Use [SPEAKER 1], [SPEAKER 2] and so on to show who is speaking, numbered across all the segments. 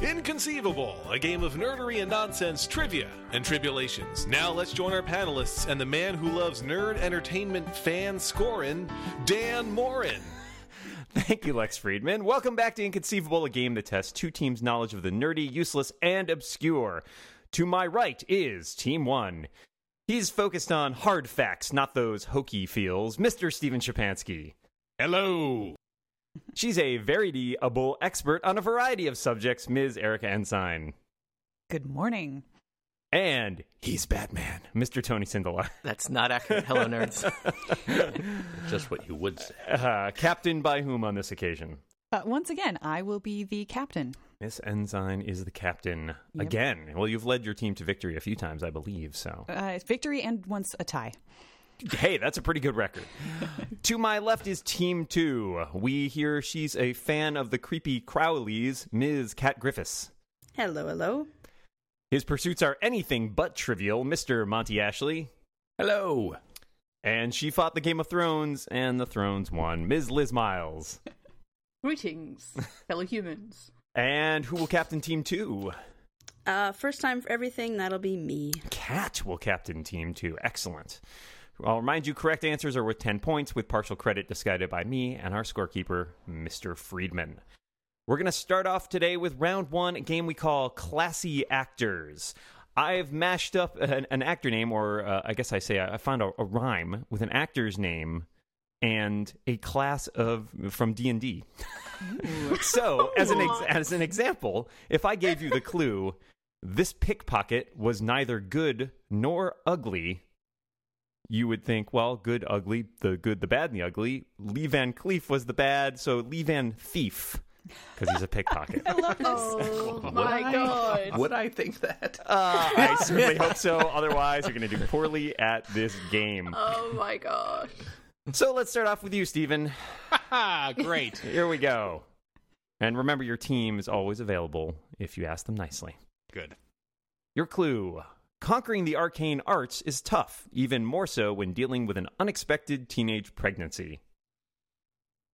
[SPEAKER 1] Inconceivable, a game of nerdery and nonsense, trivia and tribulations. Now let's join our panelists and the man who loves nerd entertainment fan scoring, Dan Morin.
[SPEAKER 2] Thank you, Lex Friedman. Welcome back to Inconceivable, a game that tests two teams' knowledge of the nerdy, useless, and obscure. To my right is Team One. He's focused on hard facts, not those hokey feels. Mr. Steven Shapansky.
[SPEAKER 1] Hello.
[SPEAKER 2] She's a veritable expert on a variety of subjects, Ms. Erica Ensign.
[SPEAKER 3] Good morning.
[SPEAKER 2] And he's Batman, Mr. Tony Sindelar.
[SPEAKER 4] That's not accurate. Hello, nerds.
[SPEAKER 5] Just what you would say.
[SPEAKER 2] Uh, captain by whom on this occasion?
[SPEAKER 3] Uh, once again, I will be the captain.
[SPEAKER 2] Miss Ensign is the captain
[SPEAKER 3] Yep.
[SPEAKER 2] again. Well, you've led your team to victory a few times, I believe, so.
[SPEAKER 3] Uh, victory and once a tie.
[SPEAKER 2] Hey, that's a pretty good record. to my left is Team 2. We hear she's a fan of the creepy Crowleys, Ms. Kat Griffiths.
[SPEAKER 6] Hello, hello.
[SPEAKER 2] His pursuits are anything but trivial, Mr. Monty Ashley.
[SPEAKER 5] Hello.
[SPEAKER 2] And she fought the Game of Thrones, and the Thrones won, Ms. Liz Miles.
[SPEAKER 7] Greetings, fellow humans.
[SPEAKER 2] And who will captain Team 2?
[SPEAKER 6] Uh, first time for everything, that'll be me.
[SPEAKER 2] Cat will captain team two. Excellent. I'll remind you, correct answers are worth 10 points with partial credit disguised by me and our scorekeeper, Mr. Friedman. We're going to start off today with round one, a game we call Classy Actors. I've mashed up an, an actor name, or uh, I guess I say I, I found a, a rhyme with an actor's name and a class of from D&D. so, as an ex- as an example, if I gave you the clue, this pickpocket was neither good nor ugly, you would think, well, good, ugly, the good, the bad, and the ugly. Lee Van Cleef was the bad, so Lee Van Thief, because he's a pickpocket.
[SPEAKER 3] I love this.
[SPEAKER 7] Oh
[SPEAKER 5] my
[SPEAKER 7] my god.
[SPEAKER 5] Would I think that?
[SPEAKER 2] Uh, I certainly hope so. Otherwise, you're going to do poorly at this game.
[SPEAKER 7] Oh my gosh.
[SPEAKER 2] So let's start off with you, Steven.
[SPEAKER 5] Ah, great.
[SPEAKER 2] Here we go. And remember, your team is always available if you ask them nicely.
[SPEAKER 5] Good.
[SPEAKER 2] Your clue Conquering the arcane arts is tough, even more so when dealing with an unexpected teenage pregnancy.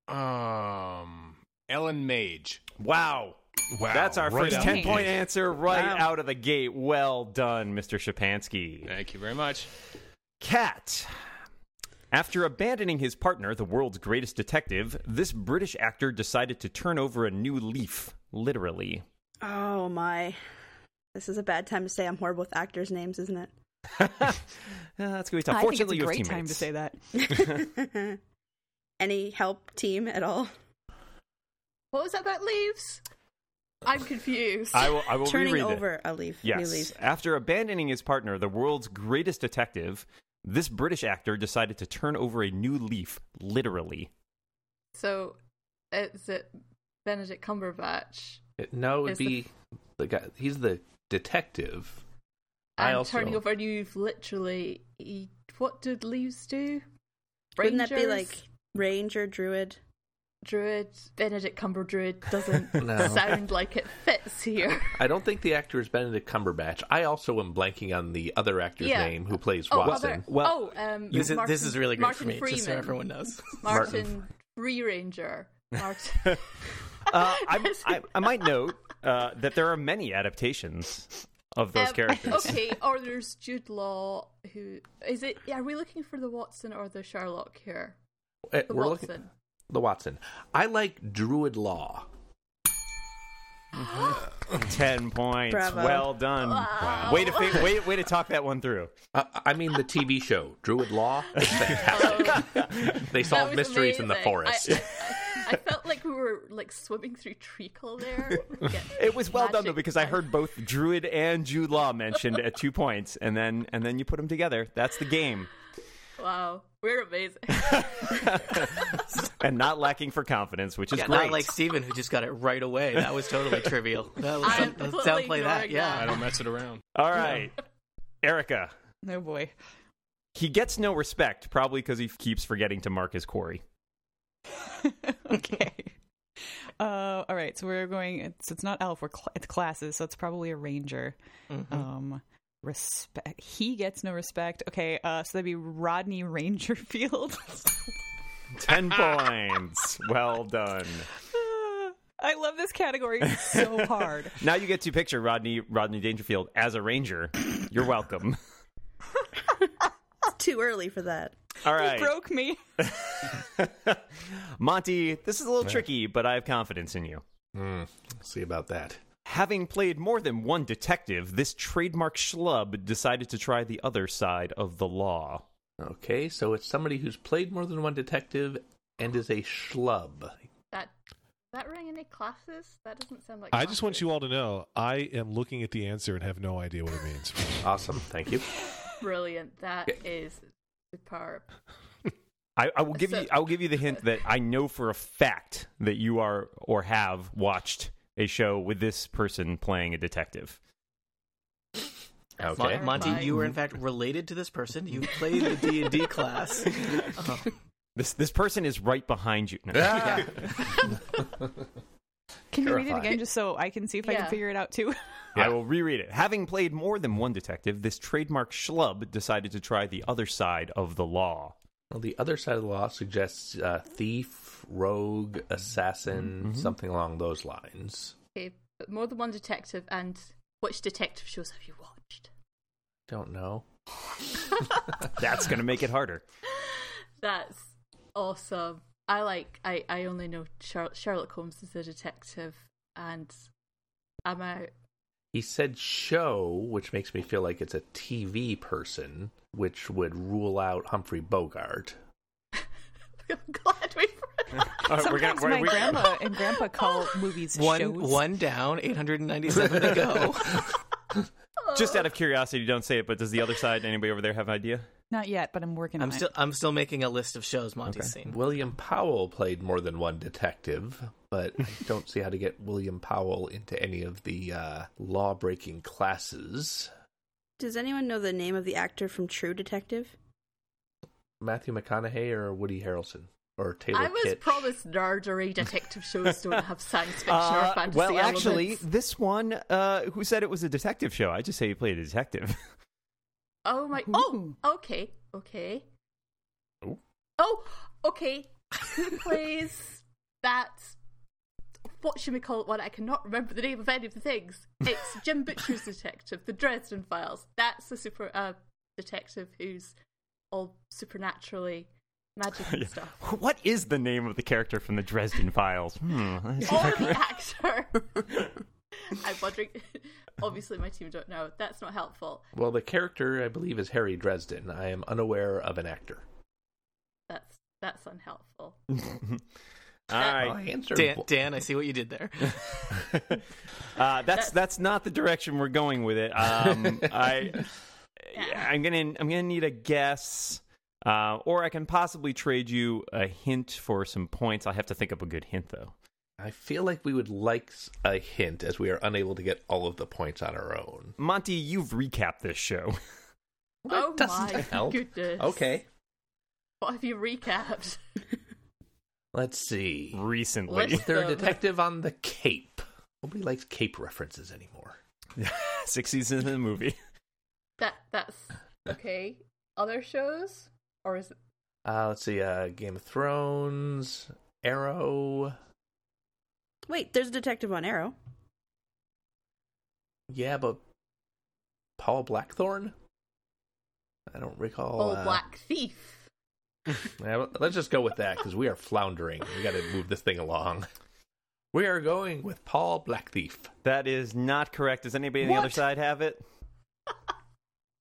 [SPEAKER 5] Um, Ellen Mage.
[SPEAKER 2] Wow.
[SPEAKER 1] Wow.
[SPEAKER 2] That's our
[SPEAKER 1] right
[SPEAKER 2] first
[SPEAKER 1] out
[SPEAKER 2] 10
[SPEAKER 1] the
[SPEAKER 2] point
[SPEAKER 1] gate.
[SPEAKER 2] answer right
[SPEAKER 5] Wow.
[SPEAKER 2] out of the gate. Well done, Mr. Shapansky.
[SPEAKER 5] Thank you very much.
[SPEAKER 2] Cat. After abandoning his partner, the world's greatest detective, this British actor decided to turn over a new leaf, literally.
[SPEAKER 6] Oh my. This is a bad time to say I'm horrible with actors' names, isn't it?
[SPEAKER 2] Uh, that's going to be tough.
[SPEAKER 3] I think it's
[SPEAKER 2] Fortunately,
[SPEAKER 3] a
[SPEAKER 2] you have
[SPEAKER 3] great
[SPEAKER 2] teammates.
[SPEAKER 3] time to say that.
[SPEAKER 6] Any help team at all?
[SPEAKER 7] What was that about leaves? I'm confused.
[SPEAKER 2] I will, I will
[SPEAKER 6] Turning
[SPEAKER 2] reread it.
[SPEAKER 6] over a leaf.
[SPEAKER 2] Yes.
[SPEAKER 6] New leaf.
[SPEAKER 2] After abandoning his partner, the world's greatest detective, this British actor decided to turn over a new leaf, literally.
[SPEAKER 7] So, is it Benedict Cumberbatch?
[SPEAKER 5] No, it'd
[SPEAKER 7] Is the-
[SPEAKER 5] be the guy. He's the detective. I
[SPEAKER 7] And
[SPEAKER 5] also-
[SPEAKER 7] turning over a new leaf, literally. He, what did leaves do?
[SPEAKER 6] Wouldn't that be
[SPEAKER 7] Rangers?
[SPEAKER 6] like Ranger, Druid?
[SPEAKER 7] Druid? Benedict Cumberbatch doesn't
[SPEAKER 5] No.
[SPEAKER 7] sound like it fits here.
[SPEAKER 5] I don't think the actor is Benedict Cumberbatch. I also am blanking on the other actor's
[SPEAKER 7] Yeah.
[SPEAKER 5] name who plays
[SPEAKER 7] Oh,
[SPEAKER 5] Watson.
[SPEAKER 7] other-
[SPEAKER 2] Well-
[SPEAKER 7] oh, um,
[SPEAKER 4] this, is,
[SPEAKER 7] Martin,
[SPEAKER 4] this is really great
[SPEAKER 7] Martin
[SPEAKER 4] for me,
[SPEAKER 7] Freeman.
[SPEAKER 4] just so everyone knows.
[SPEAKER 7] Martin Free Ranger. Martin.
[SPEAKER 2] Uh, I, I, I might note uh, that there are many adaptations of those
[SPEAKER 7] Um,
[SPEAKER 2] characters.
[SPEAKER 7] Okay, or there's Jude Law, who is it? Yeah, are we looking for the Watson or the Sherlock here?
[SPEAKER 5] Uh,
[SPEAKER 7] The
[SPEAKER 5] we're
[SPEAKER 7] Watson.
[SPEAKER 5] looking the Watson. I like Druid Law.
[SPEAKER 2] Ten points.
[SPEAKER 6] Bravo.
[SPEAKER 2] Well done. Way to fi- way, way to talk that one through.
[SPEAKER 5] Uh, I mean the TV show Druid Law. It's
[SPEAKER 7] Um,
[SPEAKER 5] fantastic. they
[SPEAKER 7] That
[SPEAKER 5] solve
[SPEAKER 7] was
[SPEAKER 5] mysteries in the
[SPEAKER 7] amazing.
[SPEAKER 5] forest.
[SPEAKER 7] I, I- I felt like we were like swimming through treacle there. Yeah,
[SPEAKER 2] It was well done though
[SPEAKER 7] magic.
[SPEAKER 2] because I heard both Druid and Jude Law mentioned at two points, and then and then you put them together. That's the game,
[SPEAKER 7] Wow, we're amazing.
[SPEAKER 2] and not lacking for confidence, which is
[SPEAKER 4] Yeah,
[SPEAKER 2] great.
[SPEAKER 4] not like Steven who just got it right away. That was totally trivial. That was
[SPEAKER 7] I am
[SPEAKER 4] some, let's
[SPEAKER 7] completely
[SPEAKER 4] downplay that.
[SPEAKER 7] ignoring
[SPEAKER 4] Yeah.
[SPEAKER 7] that.
[SPEAKER 5] mess it around.
[SPEAKER 2] All right, Erica.
[SPEAKER 3] No Oh, boy.
[SPEAKER 2] He gets no respect, probably because he keeps forgetting to mark his quarry.
[SPEAKER 3] okay. Uh, all right. So we're going. It's, it's not elf. We're cl- it's classes. So it's probably a ranger. Um, respect. He gets no respect. Okay. Uh, so that'd be Rodney Rangerfield.
[SPEAKER 2] Ten points. Well done.
[SPEAKER 3] I love this category so hard.
[SPEAKER 2] Now you get to picture Rodney Rodney Dangerfield as a ranger. You're welcome.
[SPEAKER 6] It's too early for that.
[SPEAKER 2] All
[SPEAKER 3] You
[SPEAKER 2] right.
[SPEAKER 3] broke me.
[SPEAKER 2] Monty, this is a little tricky, but I have confidence in you.
[SPEAKER 5] Hmm, see about that.
[SPEAKER 2] Having played more than one detective, this trademark schlub decided to try the other side of the law.
[SPEAKER 5] Okay, so it's somebody who's played more than one detective and is a schlub.
[SPEAKER 7] That that rang any classes? That doesn't sound like.
[SPEAKER 1] I just want you all to know I am looking at the answer and have no idea what it means.
[SPEAKER 5] Awesome, thank you.
[SPEAKER 7] Brilliant. That
[SPEAKER 5] Yeah.
[SPEAKER 7] is superb.
[SPEAKER 2] I, I will give
[SPEAKER 7] So-
[SPEAKER 2] you. I will give you the hint that I know for a fact that you are or have watched a show with this person playing a detective.
[SPEAKER 7] That's
[SPEAKER 5] Okay.
[SPEAKER 7] terrifying.
[SPEAKER 5] Mon-
[SPEAKER 4] Monty, you were in fact related to this person. You played the D and D class.
[SPEAKER 2] This this person is right behind you. No.
[SPEAKER 5] Ah!
[SPEAKER 3] Can you read it
[SPEAKER 5] Terrifying.
[SPEAKER 3] again just so I can see if I can
[SPEAKER 7] Yeah.
[SPEAKER 3] figure it out too?
[SPEAKER 2] I will reread it. Having played more than one detective, this trademark schlub decided to try the other side of the law.
[SPEAKER 5] Well, the other side of the law suggests uh, thief, rogue, assassin, something along those lines.
[SPEAKER 7] Okay, but more than one detective, and which detective shows have you watched?
[SPEAKER 5] Don't know.
[SPEAKER 2] That's going to make it harder.
[SPEAKER 7] That's awesome. I like. I I only know Sher- Sherlock Holmes is a detective, and am I?
[SPEAKER 5] He said show, which makes me feel like it's a TV person, which would rule out Humphrey Bogart.
[SPEAKER 7] I'm glad we.
[SPEAKER 2] All right, we're gonna-
[SPEAKER 3] Sometimes
[SPEAKER 2] we're-
[SPEAKER 3] my
[SPEAKER 2] we're-
[SPEAKER 3] grandma and grandpa call movies
[SPEAKER 4] one
[SPEAKER 3] shows.
[SPEAKER 4] one down, eight hundred and ninety seven to go.
[SPEAKER 2] Just out of curiosity, don't say it, but does the other side, anybody over there have an idea?
[SPEAKER 3] Not yet, but I'm working
[SPEAKER 4] I'm
[SPEAKER 3] on
[SPEAKER 4] still
[SPEAKER 3] it.
[SPEAKER 4] I'm still making a list of shows Monty's seen.
[SPEAKER 5] William Powell played more than one detective, but I don't see how to get William Powell into any of the uh, law breaking classes.
[SPEAKER 6] Does anyone know the name of the actor from True Detective?
[SPEAKER 5] Matthew McConaughey or Woody Harrelson or Taylor
[SPEAKER 7] I was
[SPEAKER 5] Kitsch?
[SPEAKER 7] promised nerdery detective shows don't have science fiction
[SPEAKER 2] Uh,
[SPEAKER 7] or fantasy
[SPEAKER 2] well, actually,
[SPEAKER 7] elements.
[SPEAKER 2] this one, uh, who said it was a detective show? I just say you played a detective.
[SPEAKER 7] Oh my!
[SPEAKER 3] Ooh.
[SPEAKER 7] Oh, okay, okay. Oh, okay. Who plays that? What should we call it? One I cannot remember the name of any of the things. It's Jim Butcher's detective, the Dresden Files. That's a super uh, detective who's all supernaturally magic and
[SPEAKER 2] Yeah.
[SPEAKER 7] stuff.
[SPEAKER 2] What is the name of the character from the Dresden Files? Hmm. let's see if I
[SPEAKER 7] Or
[SPEAKER 2] can-
[SPEAKER 7] the actor. I'm wondering. Obviously, my team don't know. That's not helpful.
[SPEAKER 5] Well, the character, I believe, is Harry Dresden. I am unaware of an actor.
[SPEAKER 7] That's that's unhelpful.
[SPEAKER 2] All
[SPEAKER 5] I
[SPEAKER 2] right.
[SPEAKER 5] answered.
[SPEAKER 4] Dan, Dan, I see what you did there.
[SPEAKER 2] Uh, that's that's not the direction we're going with it. Um, I I'm gonna I'm gonna need a guess, uh, or I can possibly trade you a hint for some points. I have to think up a good hint though.
[SPEAKER 5] I feel like we would like s- a hint as we are unable to get all of the points on our own.
[SPEAKER 2] Monty, you've recapped this show.
[SPEAKER 7] Oh
[SPEAKER 5] That doesn't
[SPEAKER 7] my
[SPEAKER 5] help.
[SPEAKER 7] goodness.
[SPEAKER 5] Okay.
[SPEAKER 7] What have you recapped?
[SPEAKER 5] Let's see.
[SPEAKER 2] recently.
[SPEAKER 7] Let's-
[SPEAKER 5] Is there a
[SPEAKER 7] Um,
[SPEAKER 5] detective on the Cape? Nobody likes Cape references anymore.
[SPEAKER 2] Six seasons in the movie.
[SPEAKER 7] That that's okay. Other shows, or is it
[SPEAKER 5] Uh, let's see. Uh, Game of Thrones, Arrow.
[SPEAKER 6] Wait, there's a detective on Arrow.
[SPEAKER 5] Yeah, but Paul Blackthorne. I don't recall.
[SPEAKER 7] All
[SPEAKER 5] uh,
[SPEAKER 7] Black Thief?
[SPEAKER 5] Yeah, let's just go with that because we are floundering. We got to move this thing along. We are going with Paul Black Thief.
[SPEAKER 2] That is not correct. Does anybody on the other
[SPEAKER 7] What?
[SPEAKER 2] side have it?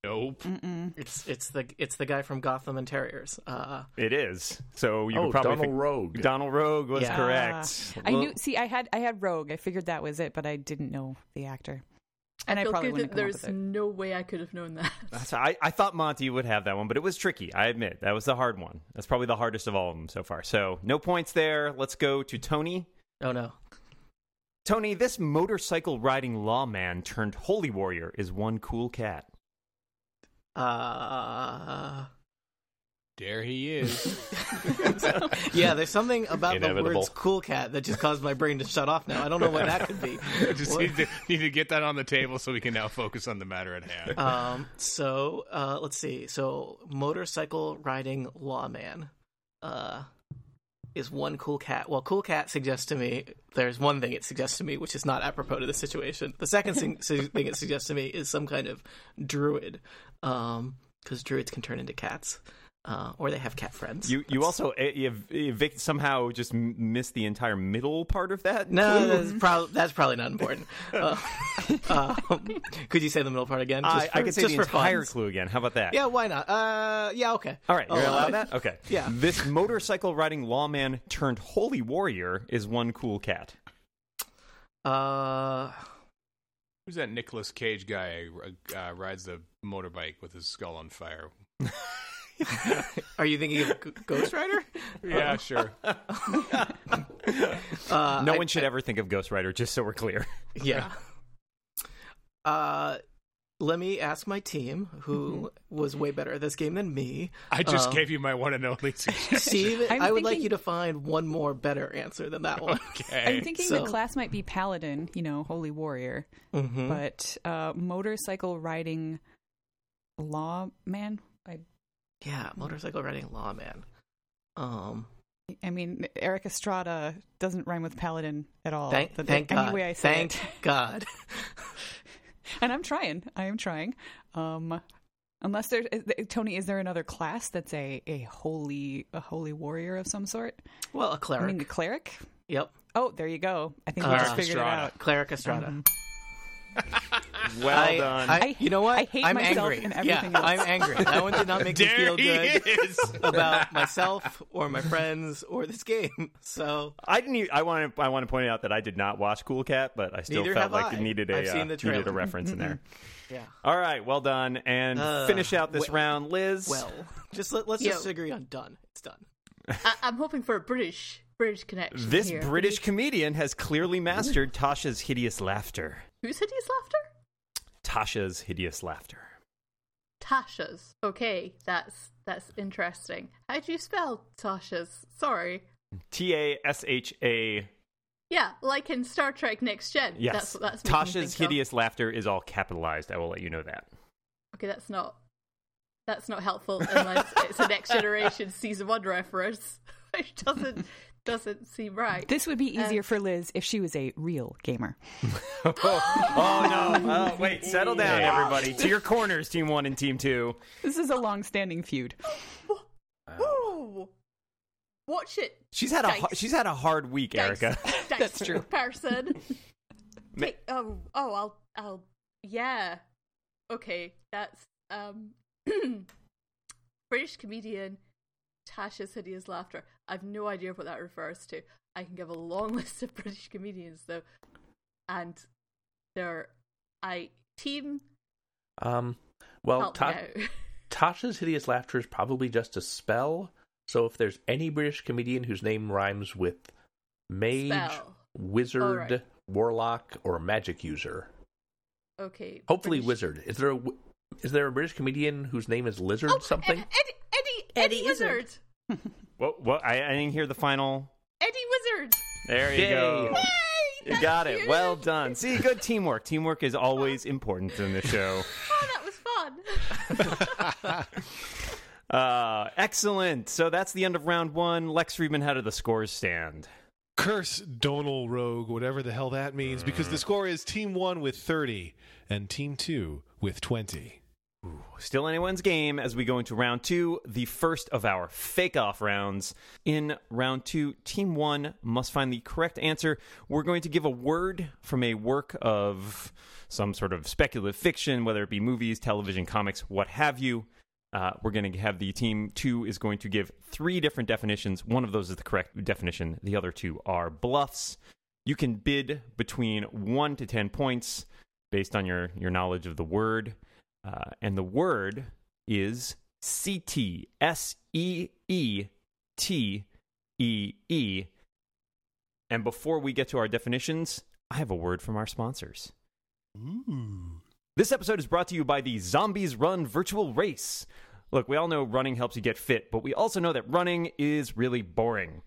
[SPEAKER 5] Nope.
[SPEAKER 3] Mm-mm.
[SPEAKER 4] It's it's the it's the guy from Gotham and Terriers. Uh,
[SPEAKER 2] It is. So you
[SPEAKER 5] oh,
[SPEAKER 2] could probably
[SPEAKER 5] Donald
[SPEAKER 2] think-
[SPEAKER 5] Rogue.
[SPEAKER 2] Donald Rogue was
[SPEAKER 4] Yeah.
[SPEAKER 2] correct.
[SPEAKER 3] Ah, I
[SPEAKER 2] Well,
[SPEAKER 3] knew. See, I had I had Rogue. I figured that was it, but I didn't know the actor. And I,
[SPEAKER 7] feel
[SPEAKER 3] probably
[SPEAKER 7] good
[SPEAKER 3] wouldn't
[SPEAKER 7] that
[SPEAKER 3] have come up
[SPEAKER 7] there's
[SPEAKER 3] with it.
[SPEAKER 7] no way I could have known that.
[SPEAKER 2] That's- I, I thought Monty would have that one, but it was tricky. I admit that was the hard one. That's probably the hardest of all of them so far. So no points there. Let's go to Tony.
[SPEAKER 4] oh no,
[SPEAKER 2] Tony, this motorcycle riding lawman turned holy warrior is one cool cat.
[SPEAKER 4] uh,
[SPEAKER 8] There he is.
[SPEAKER 4] yeah. There's something about the
[SPEAKER 5] Inevitable.
[SPEAKER 4] words "cool cat" that just caused my brain to shut off. Now I don't know what that could be.
[SPEAKER 8] I just
[SPEAKER 4] What-
[SPEAKER 8] need to, need to get that on the table so we can now focus on the matter at hand.
[SPEAKER 4] um. So uh, let's see. So motorcycle riding lawman. Uh, is one cool cat. Well, cool cat suggests to me there's one thing it suggests to me which is not apropos to the situation. The second thing, su- thing it suggests to me is some kind of druid, because druids can turn into cats, uh, or they have cat friends.
[SPEAKER 2] You you also eh, ev- evict, somehow just m- missed the entire middle part of that.
[SPEAKER 4] no, that's, prob- that's probably not important. Uh, um, could you say the middle part again?
[SPEAKER 2] I, I
[SPEAKER 4] for-
[SPEAKER 2] could say
[SPEAKER 4] just
[SPEAKER 2] the
[SPEAKER 4] for
[SPEAKER 2] entire
[SPEAKER 4] funds?
[SPEAKER 2] clue again. How about that?
[SPEAKER 4] Yeah, why not? Uh, yeah, okay.
[SPEAKER 2] All right, you're
[SPEAKER 4] I'll
[SPEAKER 2] allowed
[SPEAKER 4] it.
[SPEAKER 2] that. Okay.
[SPEAKER 4] Yeah.
[SPEAKER 2] This motorcycle riding lawman turned holy warrior is one cool cat.
[SPEAKER 4] Uh,
[SPEAKER 8] Who's that Nicolas Cage guy uh, uh, rides the motorbike with his skull on fire?
[SPEAKER 4] are you thinking of G- Ghost Rider?
[SPEAKER 8] Yeah, sure.
[SPEAKER 4] Uh,
[SPEAKER 2] No
[SPEAKER 4] I-
[SPEAKER 2] one should ever think of Ghost Rider. Just so we're clear.
[SPEAKER 4] Yeah. Uh, let me ask my team, who
[SPEAKER 2] Mm-hmm.
[SPEAKER 4] was way better at this game than me.
[SPEAKER 8] I just
[SPEAKER 4] Uh,
[SPEAKER 8] gave you my one and only suggestion.
[SPEAKER 4] Steve, I
[SPEAKER 3] I'm
[SPEAKER 4] would like
[SPEAKER 3] thinking-
[SPEAKER 4] you to find one more better answer than that one.
[SPEAKER 8] Okay.
[SPEAKER 3] I'm thinking
[SPEAKER 4] so-
[SPEAKER 3] the class might be paladin, you know, holy warrior,
[SPEAKER 4] Mhm.
[SPEAKER 3] but uh, motorcycle riding lawman. I,
[SPEAKER 4] Yeah, motorcycle riding lawman. Um,
[SPEAKER 3] I mean, Eric Estrada doesn't rhyme with paladin at all.
[SPEAKER 4] thank,
[SPEAKER 3] Oh, The-
[SPEAKER 4] thank
[SPEAKER 3] any
[SPEAKER 4] God.
[SPEAKER 3] way I say
[SPEAKER 4] thank
[SPEAKER 3] it.
[SPEAKER 4] God.
[SPEAKER 3] and I'm trying. I am trying. Um, unless there's is- Tony, is there another class that's a a holy a holy warrior of some sort?
[SPEAKER 4] Well, a cleric.
[SPEAKER 3] I mean, the cleric.
[SPEAKER 4] yep,
[SPEAKER 3] Oh, there you go. I think we
[SPEAKER 4] Uh,
[SPEAKER 3] just figured it
[SPEAKER 8] Estrada.
[SPEAKER 3] out. Mm-hmm.
[SPEAKER 4] cleric Estrada.
[SPEAKER 2] Well
[SPEAKER 4] I,
[SPEAKER 2] done.
[SPEAKER 4] I- you know what?
[SPEAKER 3] I hate
[SPEAKER 4] am
[SPEAKER 3] myself
[SPEAKER 4] angry.
[SPEAKER 3] and everything
[SPEAKER 4] yeah,
[SPEAKER 3] else.
[SPEAKER 4] I'm angry. That one did not make me
[SPEAKER 8] there
[SPEAKER 4] feel
[SPEAKER 8] he
[SPEAKER 4] good
[SPEAKER 8] is.
[SPEAKER 4] about myself or my friends or this game. So
[SPEAKER 2] I didn't. Even, I want to. I want to point out that I did not watch Cool Cat, but I still
[SPEAKER 4] Neither
[SPEAKER 2] felt
[SPEAKER 4] have
[SPEAKER 2] like
[SPEAKER 4] I.
[SPEAKER 2] it needed a
[SPEAKER 4] I've
[SPEAKER 2] uh,
[SPEAKER 4] seen the
[SPEAKER 2] needed a
[SPEAKER 4] trailer.
[SPEAKER 2] reference in there.
[SPEAKER 4] Yeah.
[SPEAKER 2] All right. Well done. And
[SPEAKER 4] Uh,
[SPEAKER 2] finish out this
[SPEAKER 4] well-
[SPEAKER 2] round, Liz.
[SPEAKER 4] well, just let, let's
[SPEAKER 7] Yo.
[SPEAKER 4] just agree on done. It's done.
[SPEAKER 7] I- I'm hoping for a British British connection.
[SPEAKER 2] this
[SPEAKER 7] here.
[SPEAKER 2] British comedian has clearly mastered Tasha's hideous laughter.
[SPEAKER 7] Who's hideous laughter?
[SPEAKER 2] Tasha's hideous laughter.
[SPEAKER 7] Tasha's. Okay, that's that's interesting. How do you spell Tasha's? Sorry.
[SPEAKER 2] T a s h a.
[SPEAKER 7] Yeah, like in Star Trek Next Gen.
[SPEAKER 2] Yes.
[SPEAKER 7] That's, that's making me
[SPEAKER 2] Tasha's
[SPEAKER 7] think of.
[SPEAKER 2] hideous laughter is all capitalized. I will let you know that.
[SPEAKER 7] Okay, that's not that's not helpful unless it's a Next Generation season one reference, which doesn't doesn't seem right.
[SPEAKER 3] This would be
[SPEAKER 7] Uh,
[SPEAKER 3] easier for Liz if she was a real gamer.
[SPEAKER 2] Oh no! Oh wait, settle down, everybody. To your corners, team one and team two.
[SPEAKER 3] This is a long-standing feud.
[SPEAKER 7] Woo! Watch it.
[SPEAKER 2] She's had a
[SPEAKER 7] Dice.
[SPEAKER 2] har- she's had a hard week,
[SPEAKER 7] dice-
[SPEAKER 2] Erica.
[SPEAKER 7] dice
[SPEAKER 3] That's true.
[SPEAKER 7] Person. Take, oh, oh, I'll, I'll, yeah. Okay, that's um, British comedian Tasha's hideous laughter. I've no idea what that refers to. I can give a long list of British comedians though, and their I team
[SPEAKER 5] Um, well,
[SPEAKER 7] help
[SPEAKER 5] Ta-
[SPEAKER 7] me out.
[SPEAKER 5] Tasha's hideous laughter is probably just a spell. So if there's any British comedian whose name rhymes with mage,
[SPEAKER 7] Spell.
[SPEAKER 5] wizard,
[SPEAKER 7] All right.
[SPEAKER 5] warlock, or magic user,
[SPEAKER 7] Okay,
[SPEAKER 5] hopefully
[SPEAKER 7] British-
[SPEAKER 5] wizard. Is there a w- is there a British comedian whose name is lizard
[SPEAKER 7] Oh,
[SPEAKER 5] something?
[SPEAKER 7] Ed- Eddie, Eddie, Eddie
[SPEAKER 6] Eddie Izzard.
[SPEAKER 7] Wizard,
[SPEAKER 2] What? What? I, I didn't hear the final.
[SPEAKER 7] Eddie Wizard.
[SPEAKER 2] There you
[SPEAKER 5] Yay.
[SPEAKER 2] go.
[SPEAKER 7] Yay!
[SPEAKER 2] You
[SPEAKER 7] that's
[SPEAKER 2] got it.
[SPEAKER 7] huge.
[SPEAKER 2] Well done. See, good teamwork. Teamwork is always important in the show.
[SPEAKER 7] Oh, that was fun.
[SPEAKER 2] Uh, excellent. So that's the end of round one. Lex Friedman, how do the scores stand?
[SPEAKER 1] Curse Donal Rogue, whatever the hell that means, because
[SPEAKER 8] Mm.
[SPEAKER 1] the score is Team 1 with 30 and Team 2 with 20.
[SPEAKER 2] Still anyone's game as we go into round two, the first of our fake off rounds. In round two, team one must find the correct answer. We're going to give a word from a work of some sort of speculative fiction, whether it be movies, television, comics, what have you. Uh, we're going to have the team two is going to give three different definitions. One of those is the correct definition, the other two are bluffs. You can bid between one to 10 points based on your, your knowledge of the word. Uh, and the word is C T S E E T E E. And before we get to our definitions, I have a word from our sponsors. This episode is brought to you by the Zombies Run Virtual Race. Look, we all know running helps you get fit, but we also know that running is really boring.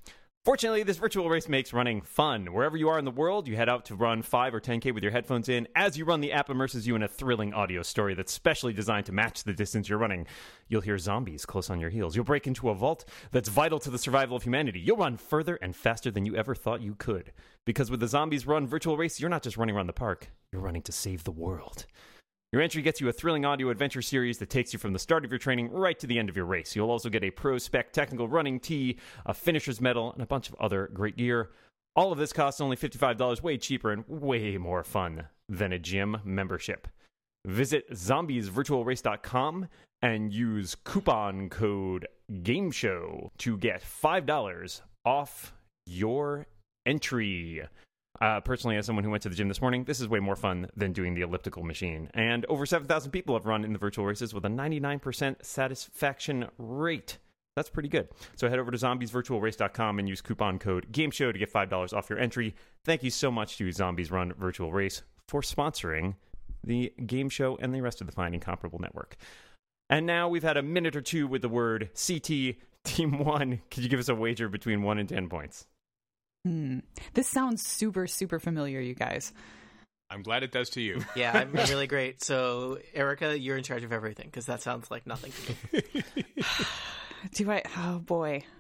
[SPEAKER 2] Fortunately, this virtual race makes running fun. Wherever you are in the world, you head out to run 5 or 10K with your headphones in. As you run, the app immerses you in a thrilling audio story that's specially designed to match the distance you're running. You'll hear zombies close on your heels. You'll break into a vault that's vital to the survival of humanity. You'll run further and faster than you ever thought you could. Because with the Zombies Run virtual race, you're not just running around the park, you're running to save the world. Your entry gets you a thrilling audio adventure series that takes you from the start of your training right to the end of your race. You'll also get a pro spec technical running tee, a finisher's medal, and a bunch of other great gear. All of this costs only $55, way cheaper and way more fun than a gym membership. Visit zombiesvirtualrace.com and use coupon code GAMESHOW to get $5 off your entry. Uh, personally, as someone who went to the gym this morning, this is way more fun than doing the elliptical machine. And over 7,000 people have run in the virtual races with a 99% satisfaction rate. That's pretty good. So head over to zombiesvirtualrace.com and use coupon code GAMESHOW to get $5 off your entry. Thank you so much to Zombies Run Virtual Race for sponsoring the game show and the rest of the Finding Comparable Network. And now we've had a minute or two with the word CT. Team one, could you give us a wager between one and 10 points?
[SPEAKER 3] Hmm. This sounds super, super familiar, you guys.
[SPEAKER 8] I'm glad it does to you.
[SPEAKER 4] Yeah, I'm really great. So, Erica, you're in charge of everything because that sounds like nothing. to me.
[SPEAKER 3] Do I? Oh boy.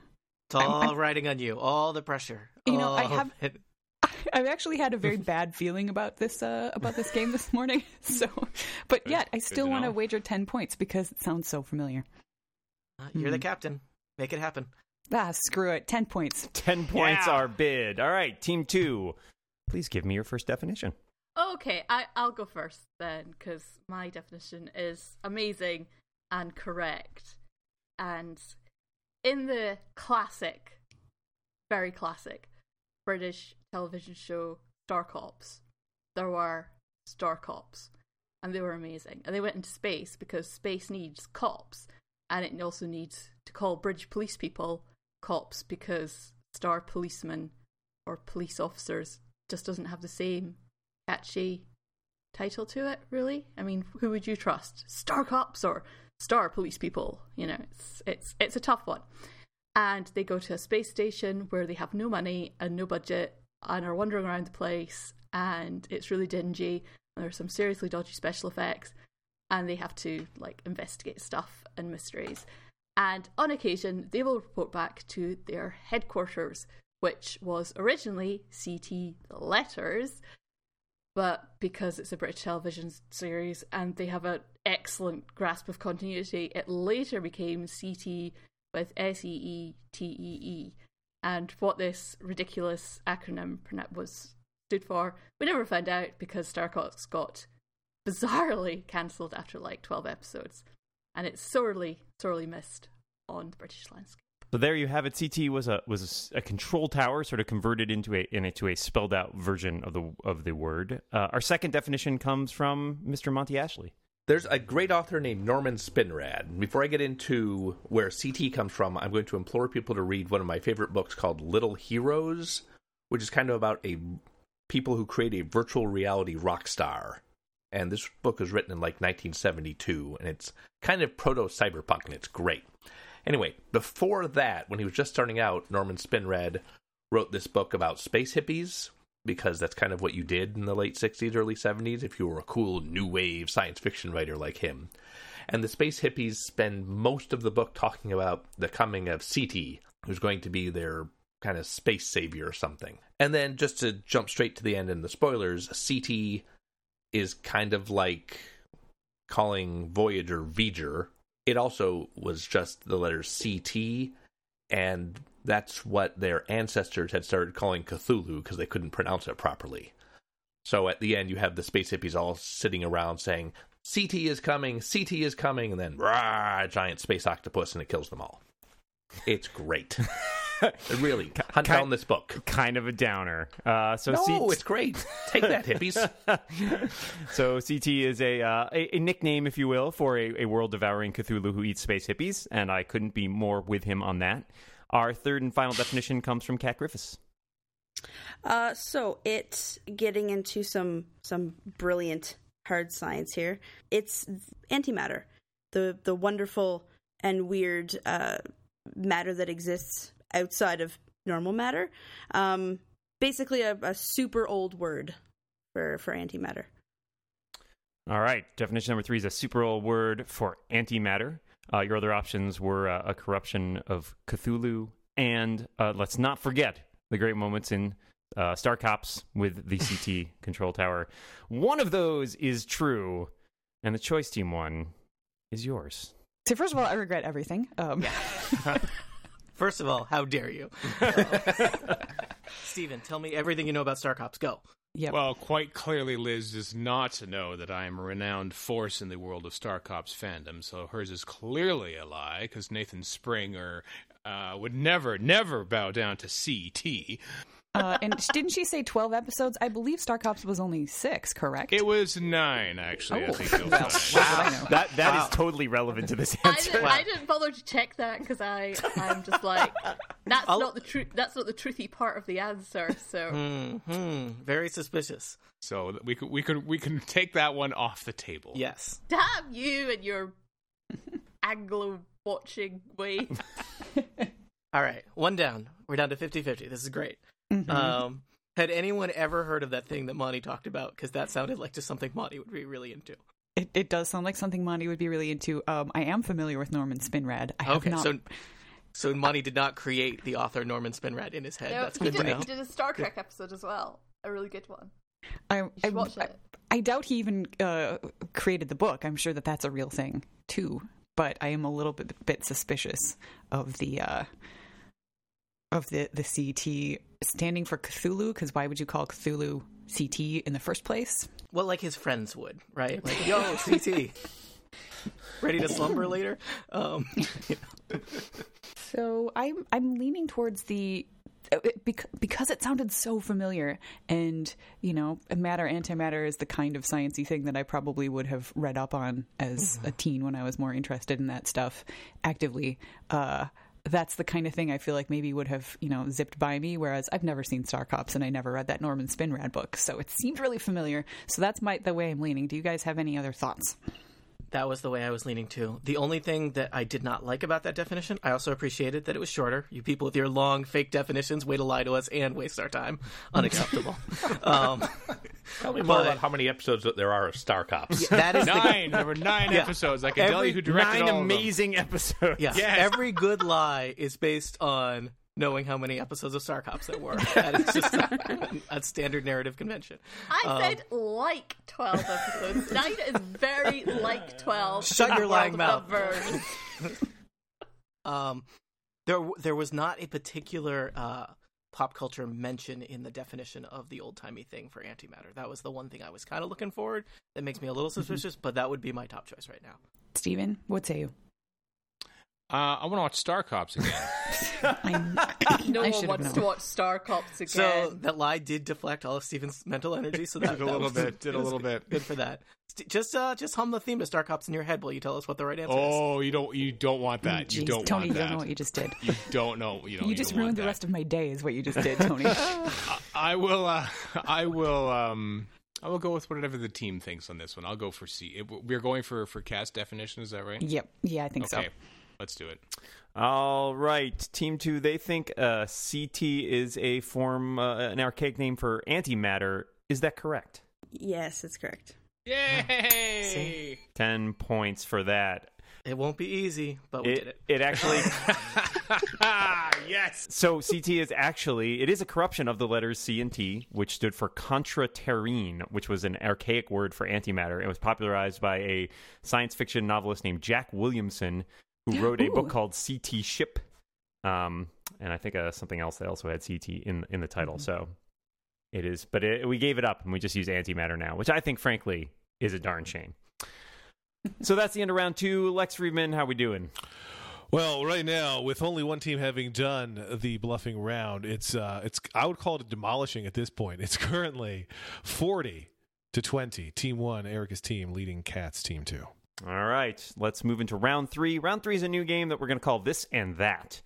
[SPEAKER 4] It's all riding on you. All the pressure.
[SPEAKER 3] You know, I
[SPEAKER 4] all
[SPEAKER 3] have-
[SPEAKER 4] of it.
[SPEAKER 3] I actually had a very bad feeling about this uh, about this game this morning. So, but yet I
[SPEAKER 8] Good
[SPEAKER 3] still
[SPEAKER 8] to
[SPEAKER 3] want to
[SPEAKER 8] know.
[SPEAKER 3] wager ten points because it sounds so familiar.
[SPEAKER 4] Uh, You're the
[SPEAKER 3] Hmm.
[SPEAKER 4] captain. Make it happen.
[SPEAKER 3] Ah, screw it. Ten points.
[SPEAKER 2] 10 points
[SPEAKER 8] Yeah.
[SPEAKER 2] are bid. All right, team two, please give me your first definition.
[SPEAKER 7] Okay, I, I'll go first then, because my definition is amazing and correct. And in the classic, very classic, British television show Star Cops, there were Star Cops, and they were amazing. And they went into space because space needs cops, and it also needs to call bridge police people cops because star policemen or police officers just doesn't have the same catchy title to it, really. I mean, who would you trust? Star cops or star police people? You know, it's it's it's a tough one. And they go to a space station where they have no money and no budget and are wandering around the place and it's really dingy and there's some seriously dodgy special effects and they have to like investigate stuff and mysteries. And on occasion, they will report back to their headquarters, which was originally CT Letters, but because it's a British television s- series and they have an excellent grasp of continuity, it later became CT with S E E T E E. And what this ridiculous acronym pronoun- was stood for, we never found out because Starcots got bizarrely cancelled after like 12 episodes. And it's sorely, sorely missed on the British landscape.
[SPEAKER 2] So there you have it. CT was a was a s- a, control tower, sort of converted into a in into a spelled out version of the of the word. Uh, our second definition comes from Mr. Monty Ashley.
[SPEAKER 5] There's a great author named Norman Spinrad. Before I get into where CT comes from, I'm going to implore people to read one of my favorite books called Little Heroes, which is kind of about a people who create a virtual reality rock star. And this book was written in like 1972, and it's kind of proto cyberpunk, and it's great. Anyway, before that, when he was just starting out, Norman Spinrad wrote this book about space hippies because that's kind of what you did in the late 60s, early 70s if you were a cool new wave science fiction writer like him. And the space hippies spend most of the book talking about the coming of CT, who's going to be their kind of space savior or something. And then just to jump straight to the end in the spoilers, CT is kind of like calling Voyager V'ger. It also was just the letter CT, and that's what their ancestors had started calling Cthulhu because they couldn't pronounce it properly. So at the end, you have the space hippies all sitting around saying, CT is coming, CT is coming, and then rah, a giant space octopus, and it kills them all. It's great. really, hunt
[SPEAKER 2] ki-
[SPEAKER 5] down this book.
[SPEAKER 2] Kind of a downer. Uh, so
[SPEAKER 5] No,
[SPEAKER 2] C-
[SPEAKER 5] it's great. Take that, hippies.
[SPEAKER 2] so CT is a, uh, a a nickname, if you will, for a, a world devouring Cthulhu who eats space hippies, and I couldn't be more with him on that. Our third and final definition comes from Cat Griffiths.
[SPEAKER 6] Uh, so it's getting into some some brilliant hard science here. It's antimatter, the the wonderful and weird uh, matter that exists outside of normal matter. Um, basically, a, a super old word for for antimatter.
[SPEAKER 2] All right. Definition number three is a super old word for antimatter. Uh, your other options were uh, a corruption of Cthulhu, and uh, let's not forget the great moments in uh, Star Cops with the CT control tower. One of those is true, and the choice team one is yours.
[SPEAKER 3] So first of all, I regret everything. Um,
[SPEAKER 4] First of all, how dare you? Steven, tell me everything you know about Star Cops. Go.
[SPEAKER 3] yep.
[SPEAKER 8] Well, quite clearly, Liz does not know that I am a renowned force in the world of Star Cops fandom, so hers is clearly a lie, because Nathan Springer uh, would never, never bow down to CT.
[SPEAKER 3] uh, and sh- didn't she say twelve episodes? I believe Star Cops was only six, correct?
[SPEAKER 8] It was nine, actually. I
[SPEAKER 3] Oh.
[SPEAKER 8] think it
[SPEAKER 3] Well,
[SPEAKER 8] was.
[SPEAKER 3] I know.
[SPEAKER 2] That that is totally relevant to this
[SPEAKER 7] I
[SPEAKER 2] answer.
[SPEAKER 7] didn't, I didn't bother to check that because I I'm just like that's
[SPEAKER 4] I'll-
[SPEAKER 7] not the truth. That's not the truthy part of the answer. So
[SPEAKER 4] Hmm. Very suspicious.
[SPEAKER 8] So th- we can we can we can take that one off the table.
[SPEAKER 4] Yes.
[SPEAKER 7] damn you and your Anglo watching way.
[SPEAKER 4] All right. One down. We're down to 50 50. This is great.
[SPEAKER 3] Mm-hmm.
[SPEAKER 4] Um, had anyone ever heard of that thing that Monty talked about? Because that sounded like just something Monty would be really into.
[SPEAKER 3] It, it does sound like something Monty would be really into. Um, I am familiar with Norman Spinrad. I have
[SPEAKER 4] Okay.
[SPEAKER 3] not.
[SPEAKER 4] So, so Monty did not create the author Norman Spinrad in his head.
[SPEAKER 7] No,
[SPEAKER 4] That's
[SPEAKER 7] he
[SPEAKER 4] good to
[SPEAKER 7] did,
[SPEAKER 4] know.
[SPEAKER 7] he did a Star Trek episode as well, a really good one.
[SPEAKER 3] I, I,
[SPEAKER 7] should watch
[SPEAKER 3] I-
[SPEAKER 7] it.
[SPEAKER 3] I doubt he even uh, created the book. I'm sure that that's a real thing too. But I am a little bit, bit suspicious of the uh, of the the CT standing for Cthulhu. Because why would you call Cthulhu CT in the first place?
[SPEAKER 4] Well, like his friends would, right? Like, yo, CT. Ready to slumber later? Um,
[SPEAKER 3] So I'm I'm leaning towards the because, because it sounded so familiar, and you know, matter antimatter is the kind of sciency thing that I probably would have read up on as a teen when I was more interested in that stuff actively. Uh, that's the kind of thing I feel like maybe would have you know zipped by me. Whereas I've never seen Star Cops and I never read that Norman Spinrad book, so it seemed really familiar. So that's my the way I'm leaning. Do you guys have any other thoughts?
[SPEAKER 4] That was the way I was leaning to. The only thing that I did not like about that definition, I also appreciated that it was shorter. You people with your long fake definitions way to lie to us and waste our time. Unacceptable. um,
[SPEAKER 5] Tell me more
[SPEAKER 4] But-
[SPEAKER 5] about how many episodes that there are of Star Cops.
[SPEAKER 4] that is the
[SPEAKER 8] Nine. There were nine episodes. I can tell you who directed
[SPEAKER 2] nine
[SPEAKER 8] all of them.
[SPEAKER 2] amazing episodes.
[SPEAKER 4] yeah. Every good lie is based on knowing how many episodes of Star Cops there were. That is just a, a standard narrative convention.
[SPEAKER 7] I
[SPEAKER 4] Um,
[SPEAKER 7] said like twelve episodes. Nine is very like twelve.
[SPEAKER 4] Shut
[SPEAKER 7] in the
[SPEAKER 4] your lying
[SPEAKER 7] world
[SPEAKER 4] mouth.
[SPEAKER 7] of numbers.
[SPEAKER 4] um, there w- there was not a particular uh, pop culture mention in the definition of the old timey thing for antimatter. That was the one thing I was kind of looking forward. That makes me a
[SPEAKER 8] Mm-hmm.
[SPEAKER 4] little suspicious, but that would be my top choice right now.
[SPEAKER 3] Steven, what say you?
[SPEAKER 8] Uh, I want to watch Star Cops again.
[SPEAKER 3] I'm,
[SPEAKER 7] No
[SPEAKER 3] I
[SPEAKER 7] one
[SPEAKER 3] should have
[SPEAKER 7] wants
[SPEAKER 3] known.
[SPEAKER 7] to watch Star Cops again.
[SPEAKER 4] So that lie did deflect all of Steven's mental energy. So that
[SPEAKER 8] Did a
[SPEAKER 4] that
[SPEAKER 8] little
[SPEAKER 4] was-
[SPEAKER 8] bit, did
[SPEAKER 4] it
[SPEAKER 8] a
[SPEAKER 4] was
[SPEAKER 8] little bit.
[SPEAKER 4] Good for that. St- just uh, just hum the theme to Star Cops in your head while you tell us what the right answer is.
[SPEAKER 8] oh, you don't you don't want that. you
[SPEAKER 3] Jeez,
[SPEAKER 8] don't
[SPEAKER 3] Tony,
[SPEAKER 8] want
[SPEAKER 3] you
[SPEAKER 8] that.
[SPEAKER 3] don't know what you just did.
[SPEAKER 8] You don't know. You, don't,
[SPEAKER 3] You just
[SPEAKER 8] don't want
[SPEAKER 3] ruined the
[SPEAKER 8] that.
[SPEAKER 3] rest of my day, is what you just did, Tony.
[SPEAKER 8] I will. Uh, I will. Um, I will go with whatever the team thinks on this one. I'll go for C. It, we're going for for cast definition. Is that right?
[SPEAKER 3] yep. Yeah, I think
[SPEAKER 8] Okay,
[SPEAKER 3] so.
[SPEAKER 8] let's do it.
[SPEAKER 2] All right, Team Two. They think uh, CT is a form, uh, an archaic name for antimatter. Is that correct?
[SPEAKER 6] Yes, that's correct.
[SPEAKER 8] Yay!
[SPEAKER 2] Ten points for that.
[SPEAKER 4] It won't be easy, but Oh, we did
[SPEAKER 2] It,
[SPEAKER 4] it.
[SPEAKER 2] it actually
[SPEAKER 8] yes.
[SPEAKER 2] so CT is actually it is a corruption of the letters C and T, which stood for contra terrene, which was an archaic word for antimatter. It was popularized by a science fiction novelist named Jack Williamson, who wrote a book
[SPEAKER 3] Ooh.
[SPEAKER 2] called CT Ship, um, and I think uh, something else that also had CT in in the title. So it is, but it, we gave it up and we just use antimatter now, which I think, frankly, is a darn shame. so that's the end of round two. Lex Friedman, how we doing?
[SPEAKER 1] Well, right now, with only one team having done the bluffing round, it's uh, it's I would call it demolishing at this point. It's currently forty to twenty. Team one, Erica's team leading Cats. Team two.
[SPEAKER 2] All right, let's move into round three. Round three is a new game that we're going to call This and That.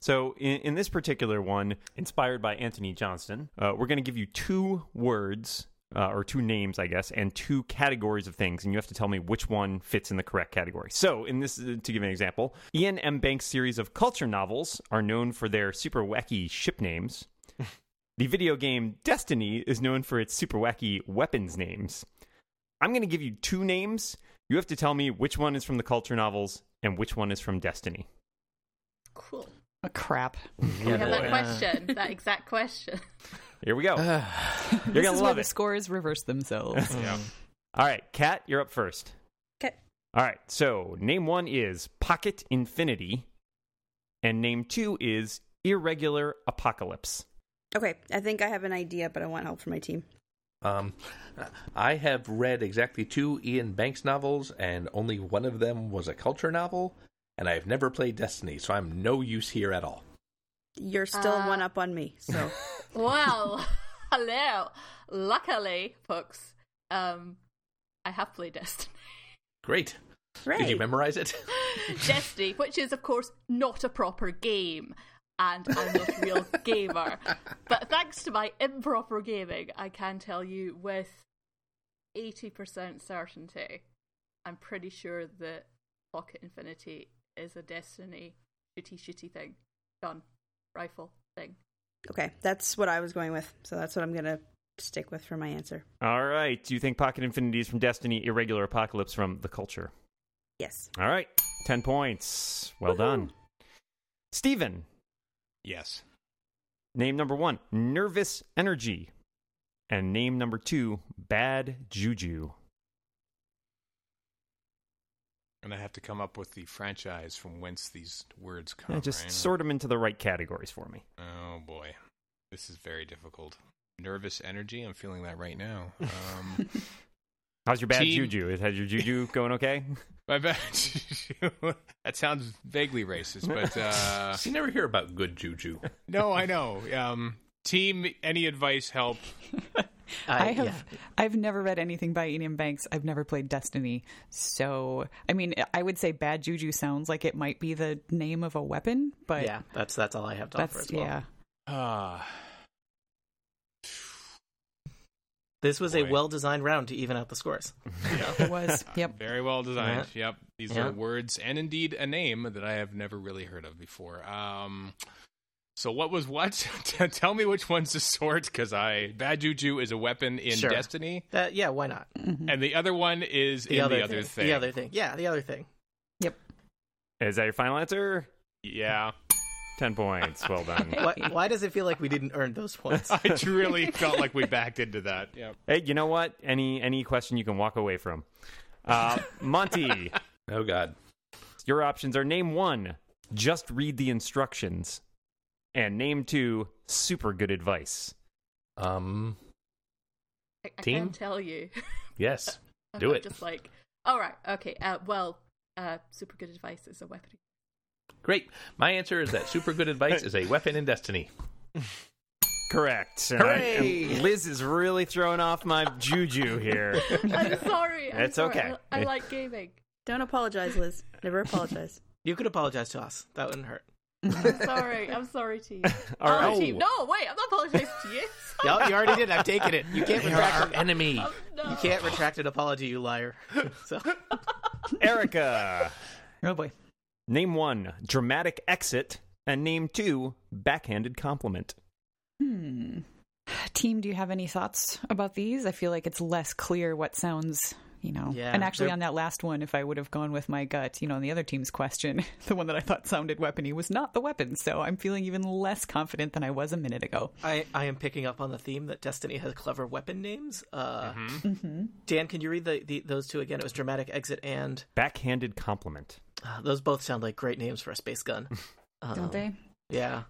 [SPEAKER 2] So, in, in this particular one, inspired by Anthony Johnston, uh, we're going to give you two words uh, or two names, I guess, and two categories of things, and you have to tell me which one fits in the correct category. So, in this, uh, to give an example, Ian M. Banks' series of culture novels are known for their super wacky ship names. the video game Destiny is known for its super wacky weapons names. I'm going to give you two names. You have to tell me which one is from the culture novels and which one is from Destiny.
[SPEAKER 7] Cool.
[SPEAKER 3] Oh, crap.
[SPEAKER 7] We have that
[SPEAKER 4] boy.
[SPEAKER 7] question. That exact question.
[SPEAKER 2] Here we
[SPEAKER 3] Oh.
[SPEAKER 2] go. You're
[SPEAKER 3] Uh, This
[SPEAKER 2] going
[SPEAKER 3] is
[SPEAKER 2] to
[SPEAKER 3] where
[SPEAKER 2] love
[SPEAKER 3] the
[SPEAKER 2] it.
[SPEAKER 3] scores reverse themselves.
[SPEAKER 2] All right, Kat, you're up first.
[SPEAKER 6] 'Kay.
[SPEAKER 2] All right, so name one is Pocket Infinity, and name two is Irregular Apocalypse.
[SPEAKER 6] Okay, I think I have an idea, but I want help from my team.
[SPEAKER 5] Um, I have read exactly two Ian Banks novels, and only one of them was a culture novel, and I have never played Destiny, so I'm no use here at all.
[SPEAKER 6] You're still
[SPEAKER 7] Uh,
[SPEAKER 6] one up on me, so
[SPEAKER 7] Well, hello. Luckily, folks, um, I have played Destiny.
[SPEAKER 5] Great. Did
[SPEAKER 6] right.
[SPEAKER 5] you memorize it?
[SPEAKER 7] Destiny, which is, of course, not a proper game, and I'm not a real gamer. But thanks to my improper gaming, I can tell you with 80% certainty, I'm pretty sure that Pocket Infinity is a Destiny shitty, shitty thing. Gun, rifle thing.
[SPEAKER 6] Okay, that's what I was going with, so that's what I'm gonna stick with for my answer.
[SPEAKER 2] All right, do you think Pocket Infinity is from Destiny, Irregular Apocalypse from The Culture?
[SPEAKER 6] Yes.
[SPEAKER 2] All right, 10 points. Well done. Steven,
[SPEAKER 8] Yes.
[SPEAKER 2] name number one, Nervous Energy, and name number two, Bad Juju.
[SPEAKER 8] And I have to come up with the franchise from whence these words come.
[SPEAKER 2] Yeah, Eh, just
[SPEAKER 8] right?
[SPEAKER 2] sort them into the right categories for me.
[SPEAKER 8] Oh boy, this is very difficult. Nervous energy. I'm feeling that right now. Um,
[SPEAKER 2] How's your bad
[SPEAKER 8] Team-
[SPEAKER 2] juju? Is- Has your juju going okay?
[SPEAKER 8] my bad. that sounds vaguely racist, but uh,
[SPEAKER 5] you never hear about good juju.
[SPEAKER 8] no, I know. Um, team, any advice help?
[SPEAKER 3] I have I've never read anything by Ian Banks. I've never played Destiny. So, I mean, I would say Bad Juju sounds like it might be the name of a weapon,
[SPEAKER 4] yeah.
[SPEAKER 3] but
[SPEAKER 4] yeah, that's that's all I have to offer
[SPEAKER 3] that's
[SPEAKER 4] as well.
[SPEAKER 3] yeah.
[SPEAKER 8] Uh,
[SPEAKER 4] This was
[SPEAKER 8] Boy.
[SPEAKER 4] a well-designed round to even out the scores.
[SPEAKER 3] It was. Yep.
[SPEAKER 8] Very well designed. Yep. These
[SPEAKER 4] Yeah.
[SPEAKER 8] are words and indeed a name that I have never really heard of before. Um, so what was what? T- Tell me which one's the sword, because I bad juju is a weapon in
[SPEAKER 4] Sure.
[SPEAKER 8] Destiny,
[SPEAKER 4] That yeah, why not?
[SPEAKER 3] Mm-hmm.
[SPEAKER 8] and the other one is in the other thing.
[SPEAKER 4] The other thing. Yeah, the other thing.
[SPEAKER 2] Is that your final answer?
[SPEAKER 8] Yeah,
[SPEAKER 2] 10 points. Well done.
[SPEAKER 4] Why, why does it feel like we didn't earn those points?
[SPEAKER 8] I really felt like we backed into that. Yep.
[SPEAKER 2] hey, you know what? Any any question you can walk away from. Uh, Monty,
[SPEAKER 5] Oh, God.
[SPEAKER 2] your options are name one, just read the instructions, and name two, super good advice.
[SPEAKER 5] Um,
[SPEAKER 7] I, I
[SPEAKER 5] Team?
[SPEAKER 7] can tell you.
[SPEAKER 5] yes. Do
[SPEAKER 7] I'm
[SPEAKER 5] it.
[SPEAKER 7] Just like, all right, okay. Uh, well, uh, super good advice is a weapon.
[SPEAKER 5] Great. My answer is that super good advice is a weapon in Destiny.
[SPEAKER 2] Correct. And I- and
[SPEAKER 4] Hooray!
[SPEAKER 2] Liz is really throwing off my juju here.
[SPEAKER 7] I'm sorry. I'm
[SPEAKER 2] That's
[SPEAKER 7] sorry.
[SPEAKER 2] okay.
[SPEAKER 7] I, I like gaming.
[SPEAKER 6] Don't apologize, Liz. Never apologize.
[SPEAKER 4] You could apologize to us. That wouldn't hurt.
[SPEAKER 7] I'm sorry. I'm sorry to you.
[SPEAKER 2] All
[SPEAKER 7] Oh,
[SPEAKER 2] right.
[SPEAKER 7] to you. No, wait. I'm not apologizing to you.
[SPEAKER 4] Yup, you already did. I've taken it. You can't retract. An,
[SPEAKER 5] Enemy.
[SPEAKER 7] No.
[SPEAKER 4] you can't retract an apology, you liar. So
[SPEAKER 2] Erica,
[SPEAKER 3] Oh boy.
[SPEAKER 2] name one, dramatic exit, and name two, backhanded compliment.
[SPEAKER 3] Hmm. Team, do you have any thoughts about these? I feel like it's less clear what sounds, you know.
[SPEAKER 4] Yeah,
[SPEAKER 3] and actually,
[SPEAKER 4] they're-
[SPEAKER 3] on that last one, if I would have gone with my gut, you know, on the other team's question, the one that I thought sounded weapony was not the weapon. So I'm feeling even less confident than I was a minute ago.
[SPEAKER 4] I, I am picking up on the theme that Destiny has clever weapon names. Uh,
[SPEAKER 8] Mm-hmm.
[SPEAKER 3] Mm-hmm.
[SPEAKER 4] Dan, can you read the, the those two again? It was dramatic exit and
[SPEAKER 2] Backhanded compliment.
[SPEAKER 4] uh, those both sound like great names for a space gun. Um,
[SPEAKER 3] Don't they?
[SPEAKER 4] Yeah.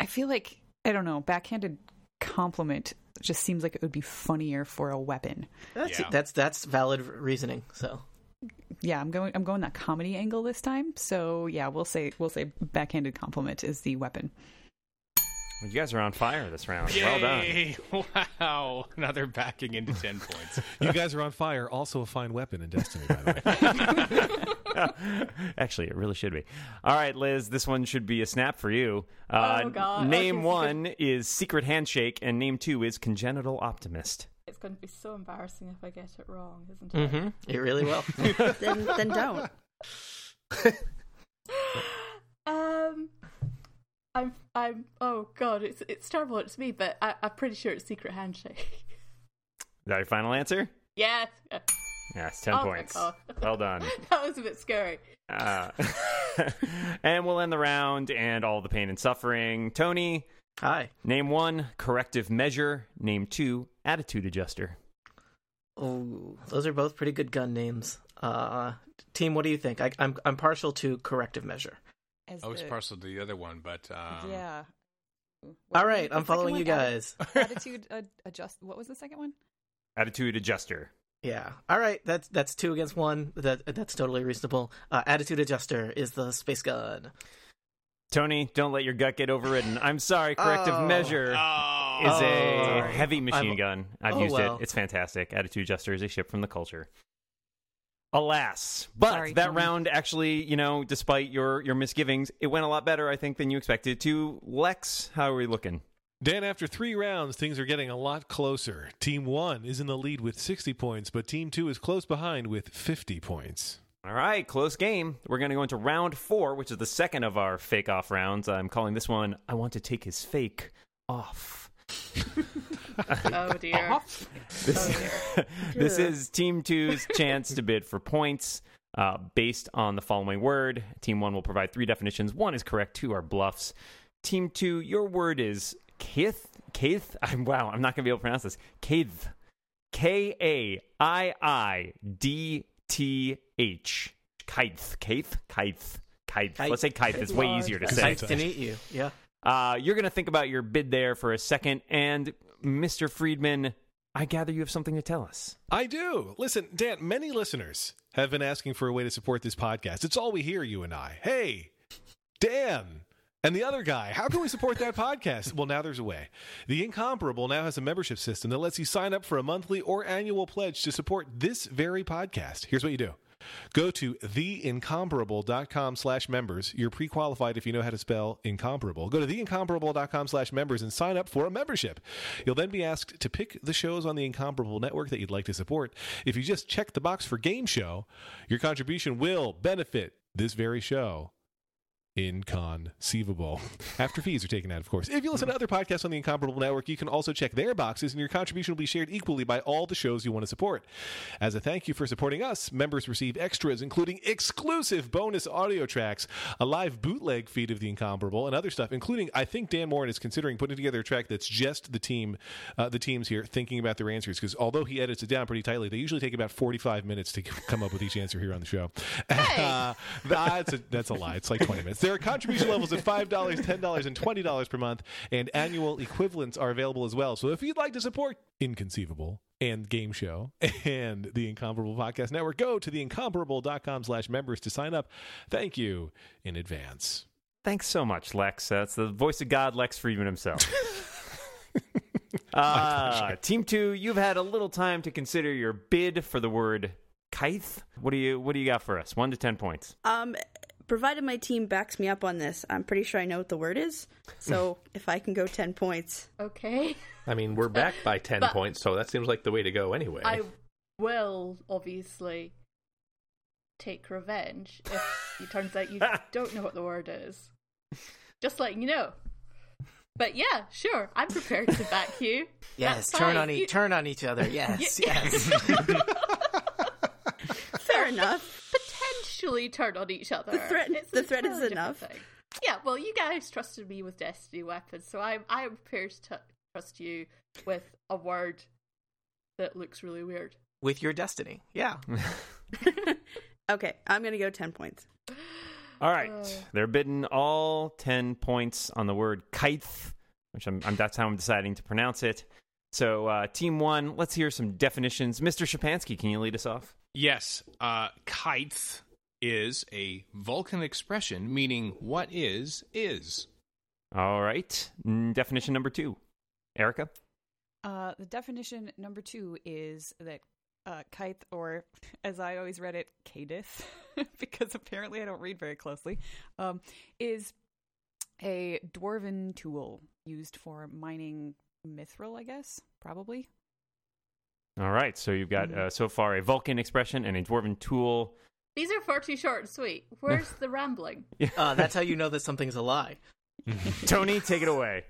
[SPEAKER 3] I feel like I don't know. Backhanded compliment just seems like it would be funnier for a weapon.
[SPEAKER 4] That's
[SPEAKER 8] Yeah.
[SPEAKER 4] that's that's valid reasoning. So
[SPEAKER 3] Yeah, I'm going. I'm going that comedy angle this time. So yeah, we'll say we'll say backhanded compliment is the weapon.
[SPEAKER 2] You guys are on fire this round. Well done.
[SPEAKER 8] Yay. Wow. Another backing into ten points.
[SPEAKER 1] You guys are on fire. Also, a fine weapon in Destiny, by the way.
[SPEAKER 2] Actually, it really should be. All right, Liz, this one should be a snap for you. Uh,
[SPEAKER 7] Oh, God.
[SPEAKER 2] Name
[SPEAKER 7] Okay,
[SPEAKER 2] one is Secret Handshake, and name two is Congenital Optimist.
[SPEAKER 7] It's going to be so embarrassing if I get it wrong, isn't it?
[SPEAKER 4] Mm-hmm. It really will.
[SPEAKER 6] then then don't.
[SPEAKER 7] Um, I'm I'm oh god, it's it's terrible. It's me, but I, I'm pretty sure it's secret handshake.
[SPEAKER 2] that your final answer?
[SPEAKER 7] yes. Yeah.
[SPEAKER 2] Yes, 10
[SPEAKER 7] Oh my
[SPEAKER 2] points.
[SPEAKER 7] God.
[SPEAKER 2] Well done.
[SPEAKER 7] That was a bit scary.
[SPEAKER 2] Uh, and we'll end the round and all the pain and suffering. Tony,
[SPEAKER 4] Hi.
[SPEAKER 2] name one corrective measure, name two attitude adjuster.
[SPEAKER 4] Oh, those are both pretty good gun names. Uh, team, what do you think? I, I'm I'm partial to corrective measure.
[SPEAKER 3] As
[SPEAKER 8] I was
[SPEAKER 3] the-
[SPEAKER 8] partial to the other one, but um,
[SPEAKER 3] yeah. What
[SPEAKER 4] All
[SPEAKER 3] was
[SPEAKER 4] right,
[SPEAKER 3] the
[SPEAKER 4] I'm
[SPEAKER 3] second
[SPEAKER 4] following
[SPEAKER 3] one?
[SPEAKER 4] you guys.
[SPEAKER 3] Atti- Attitude uh, adjust. What was the second one?
[SPEAKER 2] Attitude adjuster.
[SPEAKER 4] Yeah. All right. That's that's two against one. That that's totally reasonable. Uh, attitude adjuster is the space gun.
[SPEAKER 2] Tony, don't let your gut get overridden. I'm sorry, corrective
[SPEAKER 4] Oh.
[SPEAKER 2] measure.
[SPEAKER 8] Oh,
[SPEAKER 2] Is
[SPEAKER 4] Oh.
[SPEAKER 2] a heavy machine
[SPEAKER 4] I'm-
[SPEAKER 2] gun. I've
[SPEAKER 4] Oh,
[SPEAKER 2] used
[SPEAKER 4] well.
[SPEAKER 2] it. It's fantastic. Attitude adjuster is a ship from the culture. Alas, but
[SPEAKER 3] Sorry,
[SPEAKER 2] that
[SPEAKER 3] Tony.
[SPEAKER 2] round actually, you know, despite your your misgivings, it went a lot better, I think, than you expected. To Lex, how are we looking?
[SPEAKER 1] Dan, after three rounds, things are getting a lot closer. Team one is in the lead with 60 points, but team two is close behind with 50 points.
[SPEAKER 2] All right, close game. We're going to go into round four, which is the second of our fake off rounds. I'm calling this one I Want to Take His Fake Off.
[SPEAKER 7] Oh dear.
[SPEAKER 2] This, this is Team Two's chance to bid for points uh, based on the following word. Team One will provide three definitions. One is correct, two are bluffs. Team Two, your word is kith. Kith? I'm, wow, I'm not going to be able to pronounce this. Kith. K A I I D T H. Kith. Kith? Kith. Kith.
[SPEAKER 4] Kith.
[SPEAKER 2] Let's say kith. It's way easier to say.
[SPEAKER 4] Nice to meet you. Yeah.
[SPEAKER 2] Uh, you're going to think about your bid there for a second. And, Mr. Friedman, I gather you have something to tell us.
[SPEAKER 1] I do. Listen, Dan, many listeners have been asking for a way to support this podcast. It's all we hear, you and I. Hey, Dan and the other guy, how can we support that podcast? Well, now there's a way. The Incomparable now has a membership system that lets you sign up for a monthly or annual pledge to support this very podcast. Here's what you do. Go to theincomparable.com slash members. You're pre qualified if you know how to spell incomparable. Go to theincomparable.com slash members and sign up for a membership. You'll then be asked to pick the shows on the Incomparable Network that you'd like to support. If you just check the box for game show, your contribution will benefit this very show inconceivable. After fees are taken out, of course. If you listen to other podcasts on the Incomparable Network, you can also check their boxes, and your contribution will be shared equally by all the shows you want to support. As a thank you for supporting us, members receive extras, including exclusive bonus audio tracks, a live bootleg feed of the Incomparable, and other stuff, including I think Dan Morin is considering putting together a track that's just the team, uh, the teams here thinking about their answers. Because although he edits it down pretty tightly, they usually take about forty-five minutes to come up with each answer here on the show. Uh, that's a that's a lie. It's like twenty minutes. There are contribution levels at five dollars, ten dollars, and twenty dollars per month, and annual equivalents are available as well. So if you'd like to support Inconceivable and Game Show and the Incomparable Podcast Network, go to theincomparable.com slash members to sign up. Thank you in advance.
[SPEAKER 2] Thanks so much, Lex. That's the voice of God, Lex Friedman himself. uh, team two, you've had a little time to consider your bid for the word kith. What do you What do you got for us? One to ten points.
[SPEAKER 6] Um, provided my team backs me up on this, I'm pretty sure I know what the word is. So if I can go ten points,
[SPEAKER 7] Okay.
[SPEAKER 5] I mean, we're back by 10
[SPEAKER 7] But-
[SPEAKER 5] points, so that seems like the way to go anyway.
[SPEAKER 7] I will obviously take revenge if it turns out you don't know what the word is. Just letting you know. But yeah, sure, I'm prepared to back you.
[SPEAKER 4] Yes.
[SPEAKER 7] That's
[SPEAKER 4] Turn
[SPEAKER 7] fine.
[SPEAKER 4] on e-
[SPEAKER 7] You-
[SPEAKER 4] turn on each other. Yes.
[SPEAKER 7] Y-
[SPEAKER 4] yes.
[SPEAKER 6] fair enough.
[SPEAKER 7] Potentially turn on each other.
[SPEAKER 6] The threat-
[SPEAKER 7] It's an
[SPEAKER 6] the threat is
[SPEAKER 7] entirely
[SPEAKER 6] enough.
[SPEAKER 7] different thing. Yeah, well, you guys trusted me with destiny weapons, so I'm I am prepared to t- trust you with a word that looks really weird.
[SPEAKER 4] With your destiny. Yeah.
[SPEAKER 6] Okay, I'm gonna go ten points.
[SPEAKER 2] All right,
[SPEAKER 7] Uh.
[SPEAKER 2] they're bidding all ten points on the word kith, which I'm, I'm that's how I'm deciding to pronounce it. So, uh, team one, let's hear some definitions. Mr. Shapansky, can you lead us off?
[SPEAKER 8] Yes, uh, kith is a Vulcan expression meaning what is is.
[SPEAKER 2] All right, Mm, definition number two, Erica.
[SPEAKER 3] Uh, the definition number two is that uh, kith, or as I always read it, cadith, because apparently I don't read very closely, um, is a dwarven tool used for mining mithril, I guess, probably.
[SPEAKER 2] All right, so you've got uh, so far a Vulcan expression and a Dwarven tool.
[SPEAKER 7] These are far too short and sweet. Where's the rambling?
[SPEAKER 4] Uh, that's how you know that something's a lie.
[SPEAKER 2] Tony, take it away.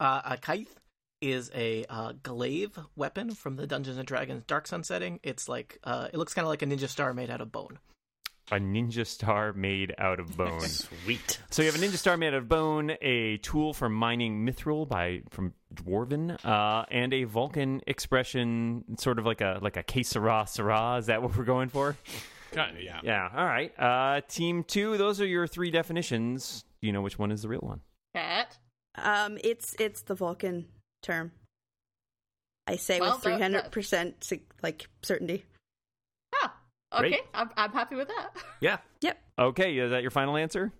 [SPEAKER 4] Uh, a kite is a uh, glaive weapon from the Dungeons and Dragons Dark Sun setting. It's like uh, it looks kind of like a ninja star made out of bone.
[SPEAKER 2] A ninja star made out of bone.
[SPEAKER 5] Sweet.
[SPEAKER 2] So you have a ninja star made out of bone, a tool for mining mithril by from dwarven, uh, and a Vulcan expression, sort of like a like a kesara sara. Is that what we're going for?
[SPEAKER 8] Kind of, yeah.
[SPEAKER 2] Yeah. All right. Uh, team two. Those are your three definitions. Do you know which one is the real one?
[SPEAKER 7] Cat.
[SPEAKER 6] Um, it's it's the Vulcan term. I say
[SPEAKER 7] Well,
[SPEAKER 6] with
[SPEAKER 7] that-
[SPEAKER 6] three
[SPEAKER 7] that-
[SPEAKER 6] hundred percent like certainty.
[SPEAKER 7] Ah, okay.
[SPEAKER 2] Great.
[SPEAKER 7] I'm, I'm happy with that.
[SPEAKER 5] Yeah.
[SPEAKER 6] Yep.
[SPEAKER 2] Okay. Is that your final answer?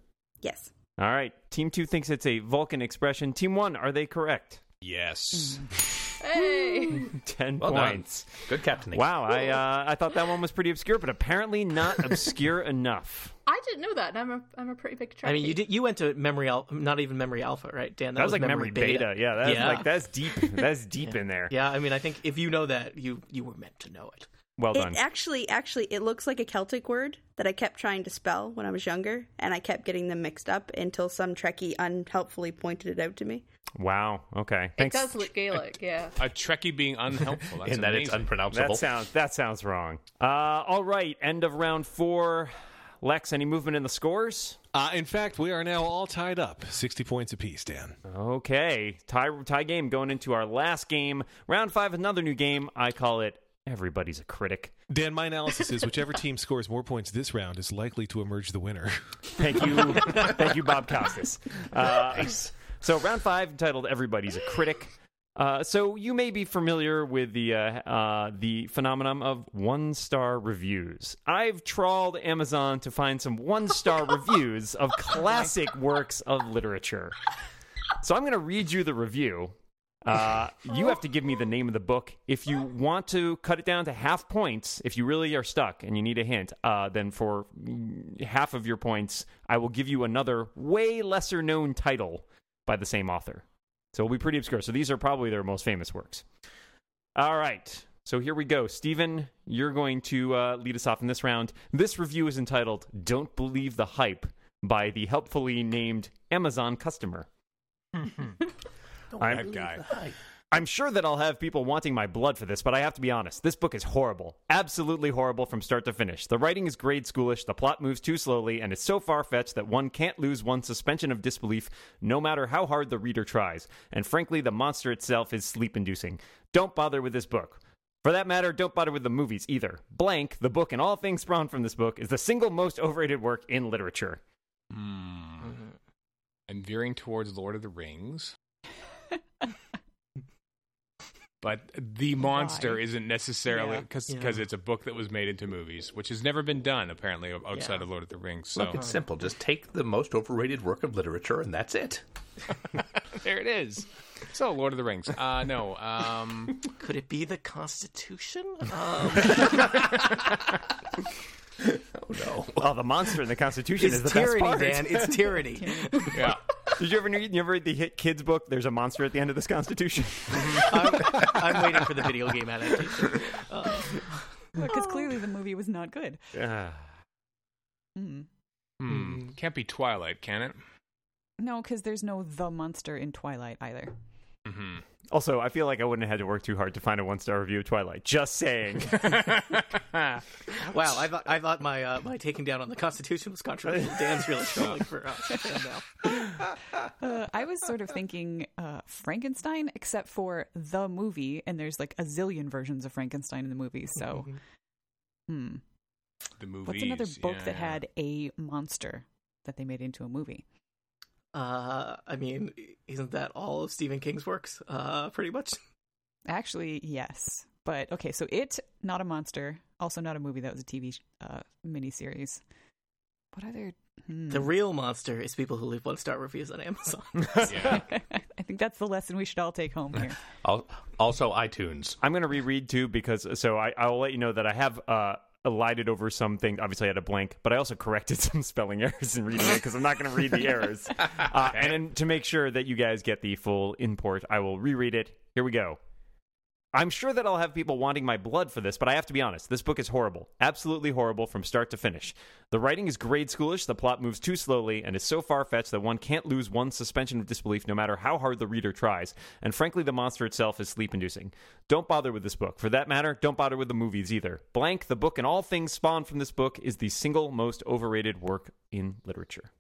[SPEAKER 6] Yes.
[SPEAKER 2] All right. Team two thinks it's a Vulcan expression. Team one, are they correct?
[SPEAKER 8] Yes.
[SPEAKER 5] Mm.
[SPEAKER 2] Hmm.
[SPEAKER 7] Hey.
[SPEAKER 2] Ten
[SPEAKER 5] Well done.
[SPEAKER 2] points.
[SPEAKER 5] Good captaining.
[SPEAKER 2] Wow. I uh, I thought that one was pretty obscure, but apparently not obscure enough.
[SPEAKER 7] I didn't know that, and I'm a, I'm a pretty big
[SPEAKER 4] I mean, you
[SPEAKER 7] Trekkie.
[SPEAKER 4] did, you went to memory al- not even memory alpha, right, Dan?
[SPEAKER 2] That, was, like memory, beta. Yeah. That's
[SPEAKER 4] Yeah.
[SPEAKER 2] like that's deep. That's deep in there.
[SPEAKER 4] Yeah, I mean, I think if you know that, you you were meant to know it.
[SPEAKER 2] Well
[SPEAKER 6] It
[SPEAKER 2] done.
[SPEAKER 6] actually, actually, it looks like a Celtic word that I kept trying to spell when I was younger, and I kept getting them mixed up until some Trekkie unhelpfully pointed it out to me.
[SPEAKER 2] wow. Okay.
[SPEAKER 7] It
[SPEAKER 2] Thanks.
[SPEAKER 7] does look Gaelic, yeah.
[SPEAKER 8] A Trekkie being unhelpful. That's
[SPEAKER 5] in that it's
[SPEAKER 8] amazing.
[SPEAKER 5] unpronounceable.
[SPEAKER 2] That sounds that sounds wrong. Uh, all right, end of round four. Lex, any movement in the scores?
[SPEAKER 1] Uh, in fact, we are now all tied up, sixty points apiece. Dan,
[SPEAKER 2] Okay, tie tie game going into our last game, round five. Another new game. I call it "Everybody's a Critic."
[SPEAKER 1] Dan, my analysis is whichever team scores more points this round is likely to emerge the winner.
[SPEAKER 2] Thank you, thank you, Bob Costas. Uh, So round five, entitled "Everybody's a Critic." Uh, so you may be familiar with the uh, uh, the phenomenon of one star reviews. I've trawled Amazon to find some one star reviews of classic works of literature. So I'm going to read you the review. Uh, you have to give me the name of the book. If you want to cut it down to half points, if you really are stuck and you need a hint, uh, then for mm, half of your points, I will give you another way lesser known title by the same author. So it'll be pretty obscure. So these are probably their most famous works. All right. So here we go. Steven, you're going to uh, lead us off in this round. This review is entitled Don't Believe the Hype by the helpfully named Amazon customer. I'm-
[SPEAKER 8] That guy.
[SPEAKER 2] I'm sure that I'll have people wanting my blood for this, but I have to be honest. This book is horrible. Absolutely horrible from start to finish. The writing is grade schoolish, the plot moves too slowly, and is so far fetched that one can't lose one's suspension of disbelief no matter how hard the reader tries. And frankly, the monster itself is sleep inducing. Don't bother with this book. For that matter, don't bother with the movies either. Blank, the book and all things spawned from this book, is the single most overrated work in literature.
[SPEAKER 8] I'm veering towards Lord of the Rings. but the monster
[SPEAKER 3] Why?
[SPEAKER 8] isn't necessarily
[SPEAKER 4] Yeah,
[SPEAKER 8] because
[SPEAKER 4] yeah.
[SPEAKER 8] it's a book that was made into movies, which has never been done apparently o- outside
[SPEAKER 4] Yeah.
[SPEAKER 8] of Lord of the Rings. So
[SPEAKER 5] Look, it's simple. Just take the most overrated work of literature, and that's it.
[SPEAKER 8] there it is. So Lord of the Rings. Uh, no, um,
[SPEAKER 4] Could it be the Constitution? Um,
[SPEAKER 5] Oh no.
[SPEAKER 2] Oh, the monster in the Constitution
[SPEAKER 4] it's
[SPEAKER 2] is the
[SPEAKER 4] tyranny,
[SPEAKER 2] best part.
[SPEAKER 4] Dan. It's tyranny.
[SPEAKER 8] yeah.
[SPEAKER 2] Did you ever you ever read the hit kids book? There's a monster at the end of this Constitution.
[SPEAKER 4] I'm, I'm waiting for the video game adaptation. Uh,
[SPEAKER 3] Because clearly the movie was not good. Mm.
[SPEAKER 8] Hmm. Can't be Twilight, can it?
[SPEAKER 3] No, because there's no the monster in Twilight either.
[SPEAKER 8] hmm
[SPEAKER 2] also, I feel like I wouldn't have had to work too hard to find a one star review of Twilight. Just saying.
[SPEAKER 4] wow, I thought I thought my uh, my taking down on the Constitution was controversial. Dan's really struggling for uh, now.
[SPEAKER 3] Uh, I was sort of thinking uh, Frankenstein, except for the movie, and there's like a zillion versions of Frankenstein in the movie.
[SPEAKER 4] Oh.
[SPEAKER 3] So,
[SPEAKER 4] Mm-hmm.
[SPEAKER 3] hmm.
[SPEAKER 8] the Mm-hmm. movies.
[SPEAKER 3] what's another book that
[SPEAKER 8] yeah.
[SPEAKER 3] had a monster that they made into a movie?
[SPEAKER 4] Uh, I mean, isn't that all of Stephen King's works? Uh, pretty much.
[SPEAKER 3] Actually, yes. But okay, so it not a monster, also not a movie. That was a TV sh- uh, miniseries. What other? Hmm.
[SPEAKER 4] The real monster is people who leave one star reviews on Amazon.
[SPEAKER 8] Yeah.
[SPEAKER 3] I think that's the lesson we should all take home here.
[SPEAKER 5] Al- Also, iTunes.
[SPEAKER 2] I'm going to reread too because so I, I'll let you know that I have uh, elided over some things. Obviously, I had a blank, but I also corrected some spelling errors in reading it because I'm not going to read the errors. Uh, and then to make sure that you guys get the full import, I will reread it. Here we go. I'm sure that I'll have people wanting my blood for this, but I have to be honest. This book is horrible. Absolutely horrible from start to finish. The writing is grade schoolish, the plot moves too slowly, and is so far fetched that one can't lose one's suspension of disbelief no matter how hard the reader tries. And frankly, the monster itself is sleep inducing. Don't bother with this book. For that matter, don't bother with the movies either. Blank, the book, and all things spawned from this book is the single most overrated work in literature.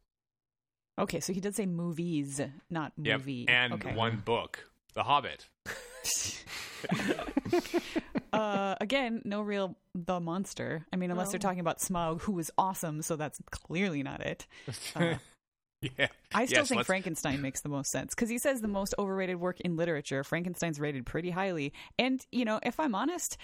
[SPEAKER 3] Okay, so he did say movies, not
[SPEAKER 8] Yep.
[SPEAKER 3] movie.
[SPEAKER 8] And
[SPEAKER 3] okay.
[SPEAKER 8] one book, The Hobbit.
[SPEAKER 3] uh, again, no real the monster. I mean, unless they're
[SPEAKER 7] No.
[SPEAKER 3] talking about Smaug, who was awesome, so that's clearly not it. Uh,
[SPEAKER 8] Yeah.
[SPEAKER 3] I still
[SPEAKER 8] Yes,
[SPEAKER 3] think
[SPEAKER 8] let's-
[SPEAKER 3] Frankenstein makes the most sense because he says the most overrated work in literature. Frankenstein's rated pretty highly, and you know, if I'm honest,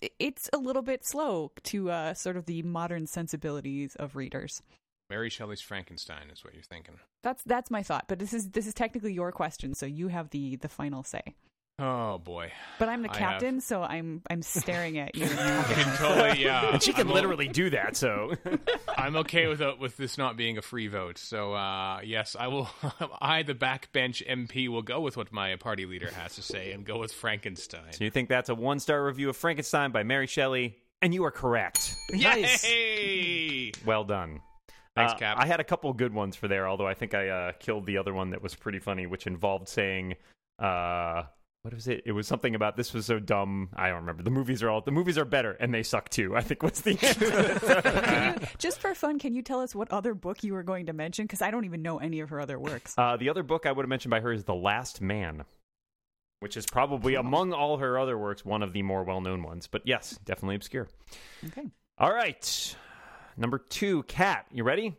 [SPEAKER 3] it- it's a little bit slow to uh, sort of the modern sensibilities of readers.
[SPEAKER 8] Mary Shelley's Frankenstein is what you're thinking.
[SPEAKER 3] That's that's my thought. But this is this is technically your question, so you have the the final say.
[SPEAKER 8] Oh boy.
[SPEAKER 3] But I'm the
[SPEAKER 8] I have-
[SPEAKER 3] captain, so I'm I'm staring at you. and
[SPEAKER 8] You can totally yeah.
[SPEAKER 2] And she can
[SPEAKER 8] I'm o-
[SPEAKER 2] literally do that, so.
[SPEAKER 8] I'm okay with uh, with this not being a free vote. So uh, yes, I will. I, the backbench MP, will go with what my party leader has to say and go with Frankenstein.
[SPEAKER 2] so you think that's a one star review of Frankenstein by Mary Shelley? And you are correct.
[SPEAKER 3] Nice.
[SPEAKER 8] Yay!
[SPEAKER 2] Well done.
[SPEAKER 8] Thanks,
[SPEAKER 2] Uh,
[SPEAKER 8] Cap.
[SPEAKER 2] I had a couple good ones for there, although I think I uh, killed the other one that was pretty funny, which involved saying, uh, "What was it? It was something about this was so dumb. I don't remember. The movies are all the movies are better, and they suck too. I think was the
[SPEAKER 3] Can
[SPEAKER 2] answer.
[SPEAKER 3] you, just for fun, can you tell us what other book you were going to mention? Because I don't even know any of her other works.
[SPEAKER 2] uh, the other book I would have mentioned by her is The Last Man, which is probably among all her other works one of the more well-known ones. But yes, definitely obscure.
[SPEAKER 3] Okay.
[SPEAKER 2] All right, number two, Cat. You ready?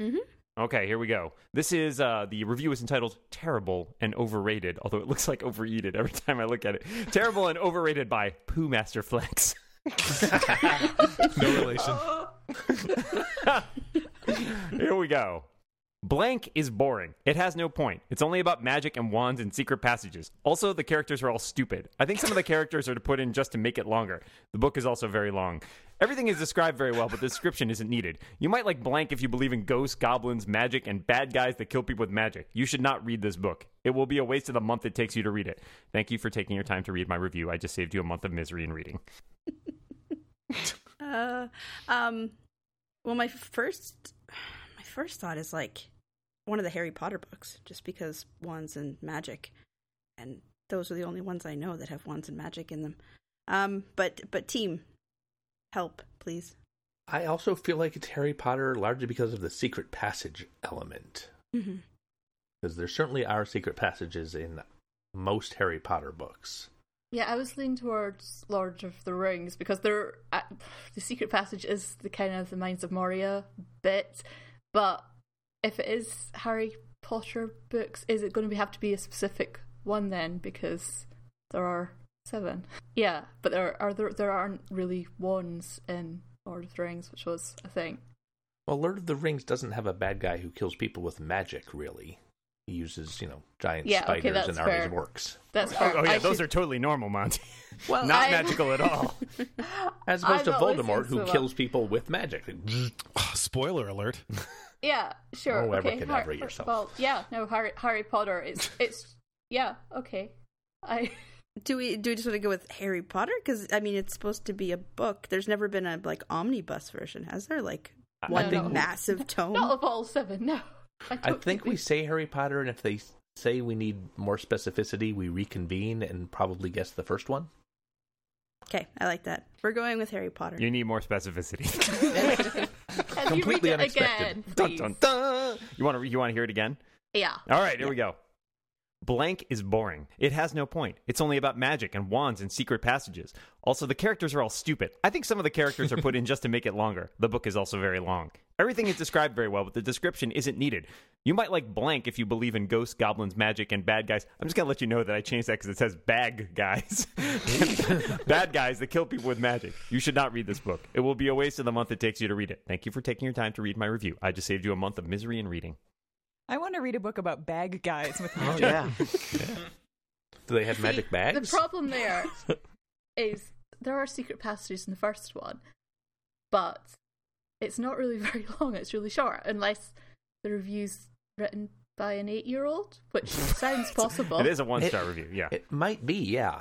[SPEAKER 6] Mm-hmm.
[SPEAKER 2] Okay, here we go. This is uh, the review is entitled "Terrible and Overrated," although it looks like overeated every time I look at it. Terrible and overrated by Poo Master Flex.
[SPEAKER 1] No relation.
[SPEAKER 2] here we go. Blank is boring. It has no point. It's only about magic and wands and secret passages. Also, the characters are all stupid. I think some of the characters are to put in just to make it longer. The book is also very long. Everything is described very well, but the description isn't needed. You might like Blank if you believe in ghosts, goblins, magic, and bad guys that kill people with magic. You should not read this book. It will be a waste of the month it takes you to read it. Thank you for taking your time to read my review. I just saved you a month of misery in reading.
[SPEAKER 6] Uh, um, well, my first, my first thought is like one of the Harry Potter books, just because wands and magic, and those are the only ones I know that have wands and magic in them. Um, but but team, help please.
[SPEAKER 5] I also feel like it's Harry Potter largely because of the secret passage element.
[SPEAKER 6] Mm-hmm.
[SPEAKER 5] Because there certainly are secret passages in most Harry Potter books.
[SPEAKER 7] Yeah, I was leaning towards Lord of the Rings because there, uh, the secret passage is the kind of the Mines of Moria bit, but if it is Harry Potter books, is it going to be, have to be a specific one then? Because there are seven. Yeah, but there are there, there aren't really ones in Lord of the Rings, which was a thing.
[SPEAKER 5] Well, Lord of the Rings doesn't have a bad guy who kills people with magic, really. He uses, you know, giant
[SPEAKER 7] Yeah, okay,
[SPEAKER 5] spiders and
[SPEAKER 7] that's
[SPEAKER 5] armies
[SPEAKER 7] fair.
[SPEAKER 5] of orcs.
[SPEAKER 7] That's fair.
[SPEAKER 2] Oh yeah,
[SPEAKER 7] I
[SPEAKER 2] those
[SPEAKER 7] should-
[SPEAKER 2] are totally normal, Monty.
[SPEAKER 6] Well,
[SPEAKER 2] not
[SPEAKER 7] I-
[SPEAKER 2] magical at all.
[SPEAKER 5] As opposed
[SPEAKER 7] I've
[SPEAKER 5] to
[SPEAKER 7] Oh, always
[SPEAKER 5] Voldemort,
[SPEAKER 7] seen
[SPEAKER 5] who
[SPEAKER 7] so uh,
[SPEAKER 5] kills
[SPEAKER 7] much.
[SPEAKER 5] people with magic.
[SPEAKER 1] Spoiler alert.
[SPEAKER 7] Yeah, sure.
[SPEAKER 5] Oh,
[SPEAKER 7] okay.
[SPEAKER 5] abracadabra
[SPEAKER 7] Har-
[SPEAKER 5] yourself.
[SPEAKER 7] Well, yeah, no, Harry, Harry Potter. It's it's yeah, okay. I
[SPEAKER 6] do we do we just want to go with Harry Potter? Because I mean, it's supposed to be a book. There's never been a like omnibus version, has there? Like
[SPEAKER 5] I- I
[SPEAKER 6] one
[SPEAKER 7] think-
[SPEAKER 6] massive tome.
[SPEAKER 7] not of all seven. No,
[SPEAKER 5] I
[SPEAKER 7] don't
[SPEAKER 5] think we say Harry Potter, and if they say we need more specificity, we reconvene and probably guess the first one.
[SPEAKER 6] Okay, I like that. We're going with Harry Potter.
[SPEAKER 2] You need more specificity.
[SPEAKER 7] Can
[SPEAKER 5] completely
[SPEAKER 7] you read it
[SPEAKER 5] unexpected.
[SPEAKER 7] again,
[SPEAKER 2] Dun,
[SPEAKER 7] please?
[SPEAKER 2] dun, dun. You want to you want to hear it again?
[SPEAKER 7] Yeah.
[SPEAKER 2] All right, here we go. Blank is boring. It has no point. It's only about magic and wands and secret passages. Also, the characters are all stupid. I think some of the characters are put in just to make it longer. The book is also very long. Everything is described very well, but the description isn't needed. You might like blank if you believe in ghosts, goblins, magic, and bad guys. I'm just gonna let you know that I changed that because it says bag guys, bad guys that kill people with magic. You should not read this book. It will be a waste of the month it takes you to read it. Thank you for taking your time to read my review. I just saved you a month of misery and reading.
[SPEAKER 3] I want to read a book about bag guys with
[SPEAKER 4] Oh
[SPEAKER 3] magic.
[SPEAKER 4] yeah.
[SPEAKER 5] Do they have
[SPEAKER 7] See,
[SPEAKER 5] magic bags?
[SPEAKER 7] The problem there is there are secret passages in the first one, but it's not really very long. It's really short, unless the review's written by an eight-year-old, which sounds possible.
[SPEAKER 2] It is a one star review, yeah.
[SPEAKER 5] It might be, yeah.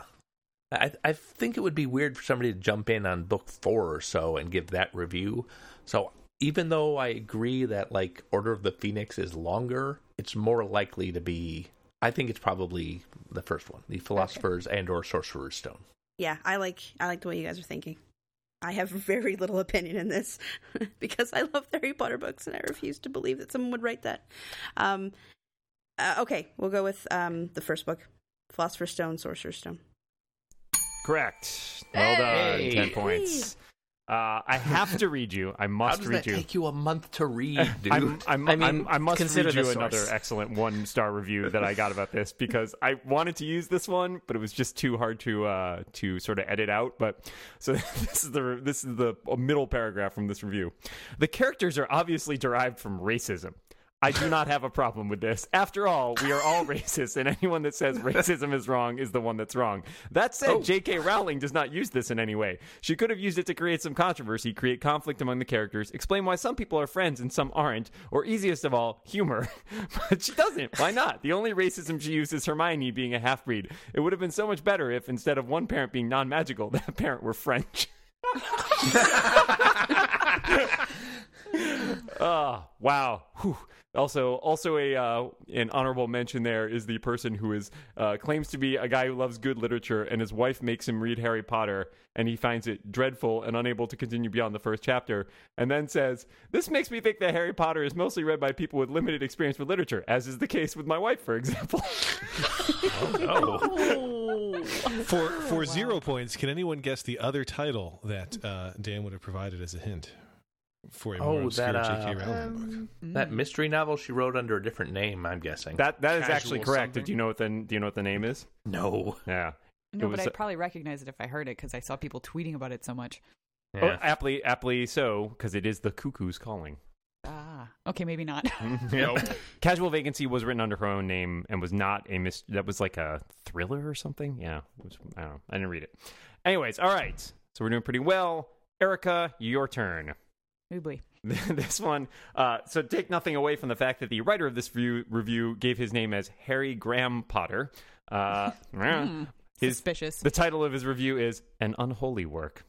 [SPEAKER 5] I, I think it would be weird for somebody to jump in on book four or so and give that review. So even though I agree that like Order of the Phoenix is longer, it's more likely to be. I think it's probably the first one, the Philosopher's and or Sorcerer's Stone.
[SPEAKER 6] yeah, I like I like the way you guys are thinking. I have very little opinion in this because I love the Harry Potter books and I refuse to believe that someone would write that. Um, uh, okay, we'll go with um, the first book, Philosopher's Stone, Sorcerer's Stone.
[SPEAKER 2] Correct. Well done.
[SPEAKER 5] Hey.
[SPEAKER 2] Ten points. Uh, I have to read you. I
[SPEAKER 5] How
[SPEAKER 2] must
[SPEAKER 5] does
[SPEAKER 2] read
[SPEAKER 5] that
[SPEAKER 2] you.
[SPEAKER 5] take you a month to read, dude?
[SPEAKER 2] I'm, I'm,
[SPEAKER 4] I mean,
[SPEAKER 2] I'm- i must
[SPEAKER 4] consider
[SPEAKER 2] read you
[SPEAKER 4] the source.
[SPEAKER 2] another excellent one star review that I got about this because I wanted to use this one, but it was just too hard to uh, to sort of edit out. But so this is the this is the middle paragraph from this review. The characters are obviously derived from racism. I do not have a problem with this. After all, we are all racist, and anyone that says racism is wrong is the one that's wrong. That said, J.K. Rowling does not use this in any way. She could have used it to create some controversy, create conflict among the characters, explain why some people are friends and some aren't, or easiest of all, humor. but she doesn't. Why not? The only racism she used is Hermione being a half breed. It would have been so much better if instead of one parent being non magical, that parent were French. Ah, wow. Whew. Also, also a uh, an honorable mention there is the person who is uh, claims to be a guy who loves good literature, and his wife makes him read Harry Potter, and he finds it dreadful and unable to continue beyond the first chapter, and then says, "This makes me think that Harry Potter is mostly read by people with limited experience with literature, as is the case with my wife, for example."
[SPEAKER 1] For for zero points, can anyone guess the other title that uh, Dan would have provided as a hint for a more
[SPEAKER 5] Oh,
[SPEAKER 1] obscure
[SPEAKER 5] that,
[SPEAKER 1] J.K.
[SPEAKER 5] uh,
[SPEAKER 1] Rowling
[SPEAKER 7] Um,
[SPEAKER 1] book?
[SPEAKER 3] Mm.
[SPEAKER 5] that mystery novel she wrote under a different name, I'm guessing.
[SPEAKER 2] that that is
[SPEAKER 8] Casual
[SPEAKER 2] actually correct.
[SPEAKER 8] something.
[SPEAKER 2] Do you know what the do you know what the name is?
[SPEAKER 5] no.
[SPEAKER 2] Yeah.
[SPEAKER 3] No,
[SPEAKER 2] It
[SPEAKER 3] but
[SPEAKER 2] was-
[SPEAKER 3] I'd probably recognize it if I heard it because I saw people tweeting about it so much.
[SPEAKER 5] Yeah.
[SPEAKER 2] Oh, aptly aptly so, because it is the cuckoo's calling.
[SPEAKER 3] Ah, okay, maybe not.
[SPEAKER 8] Nope.
[SPEAKER 2] Casual Vacancy was written under her own name and was not a mis- that was like a thriller or something. Yeah, it was- I don't know. I didn't read it. Anyways, all right. So we're doing pretty well. Erica, your turn.
[SPEAKER 3] Oobly.
[SPEAKER 2] this one. Uh, so take nothing away from the fact that the writer of this review, review gave his name as Harry Graham Potter. Uh, his
[SPEAKER 3] Suspicious.
[SPEAKER 2] the title of his review is An Unholy Work.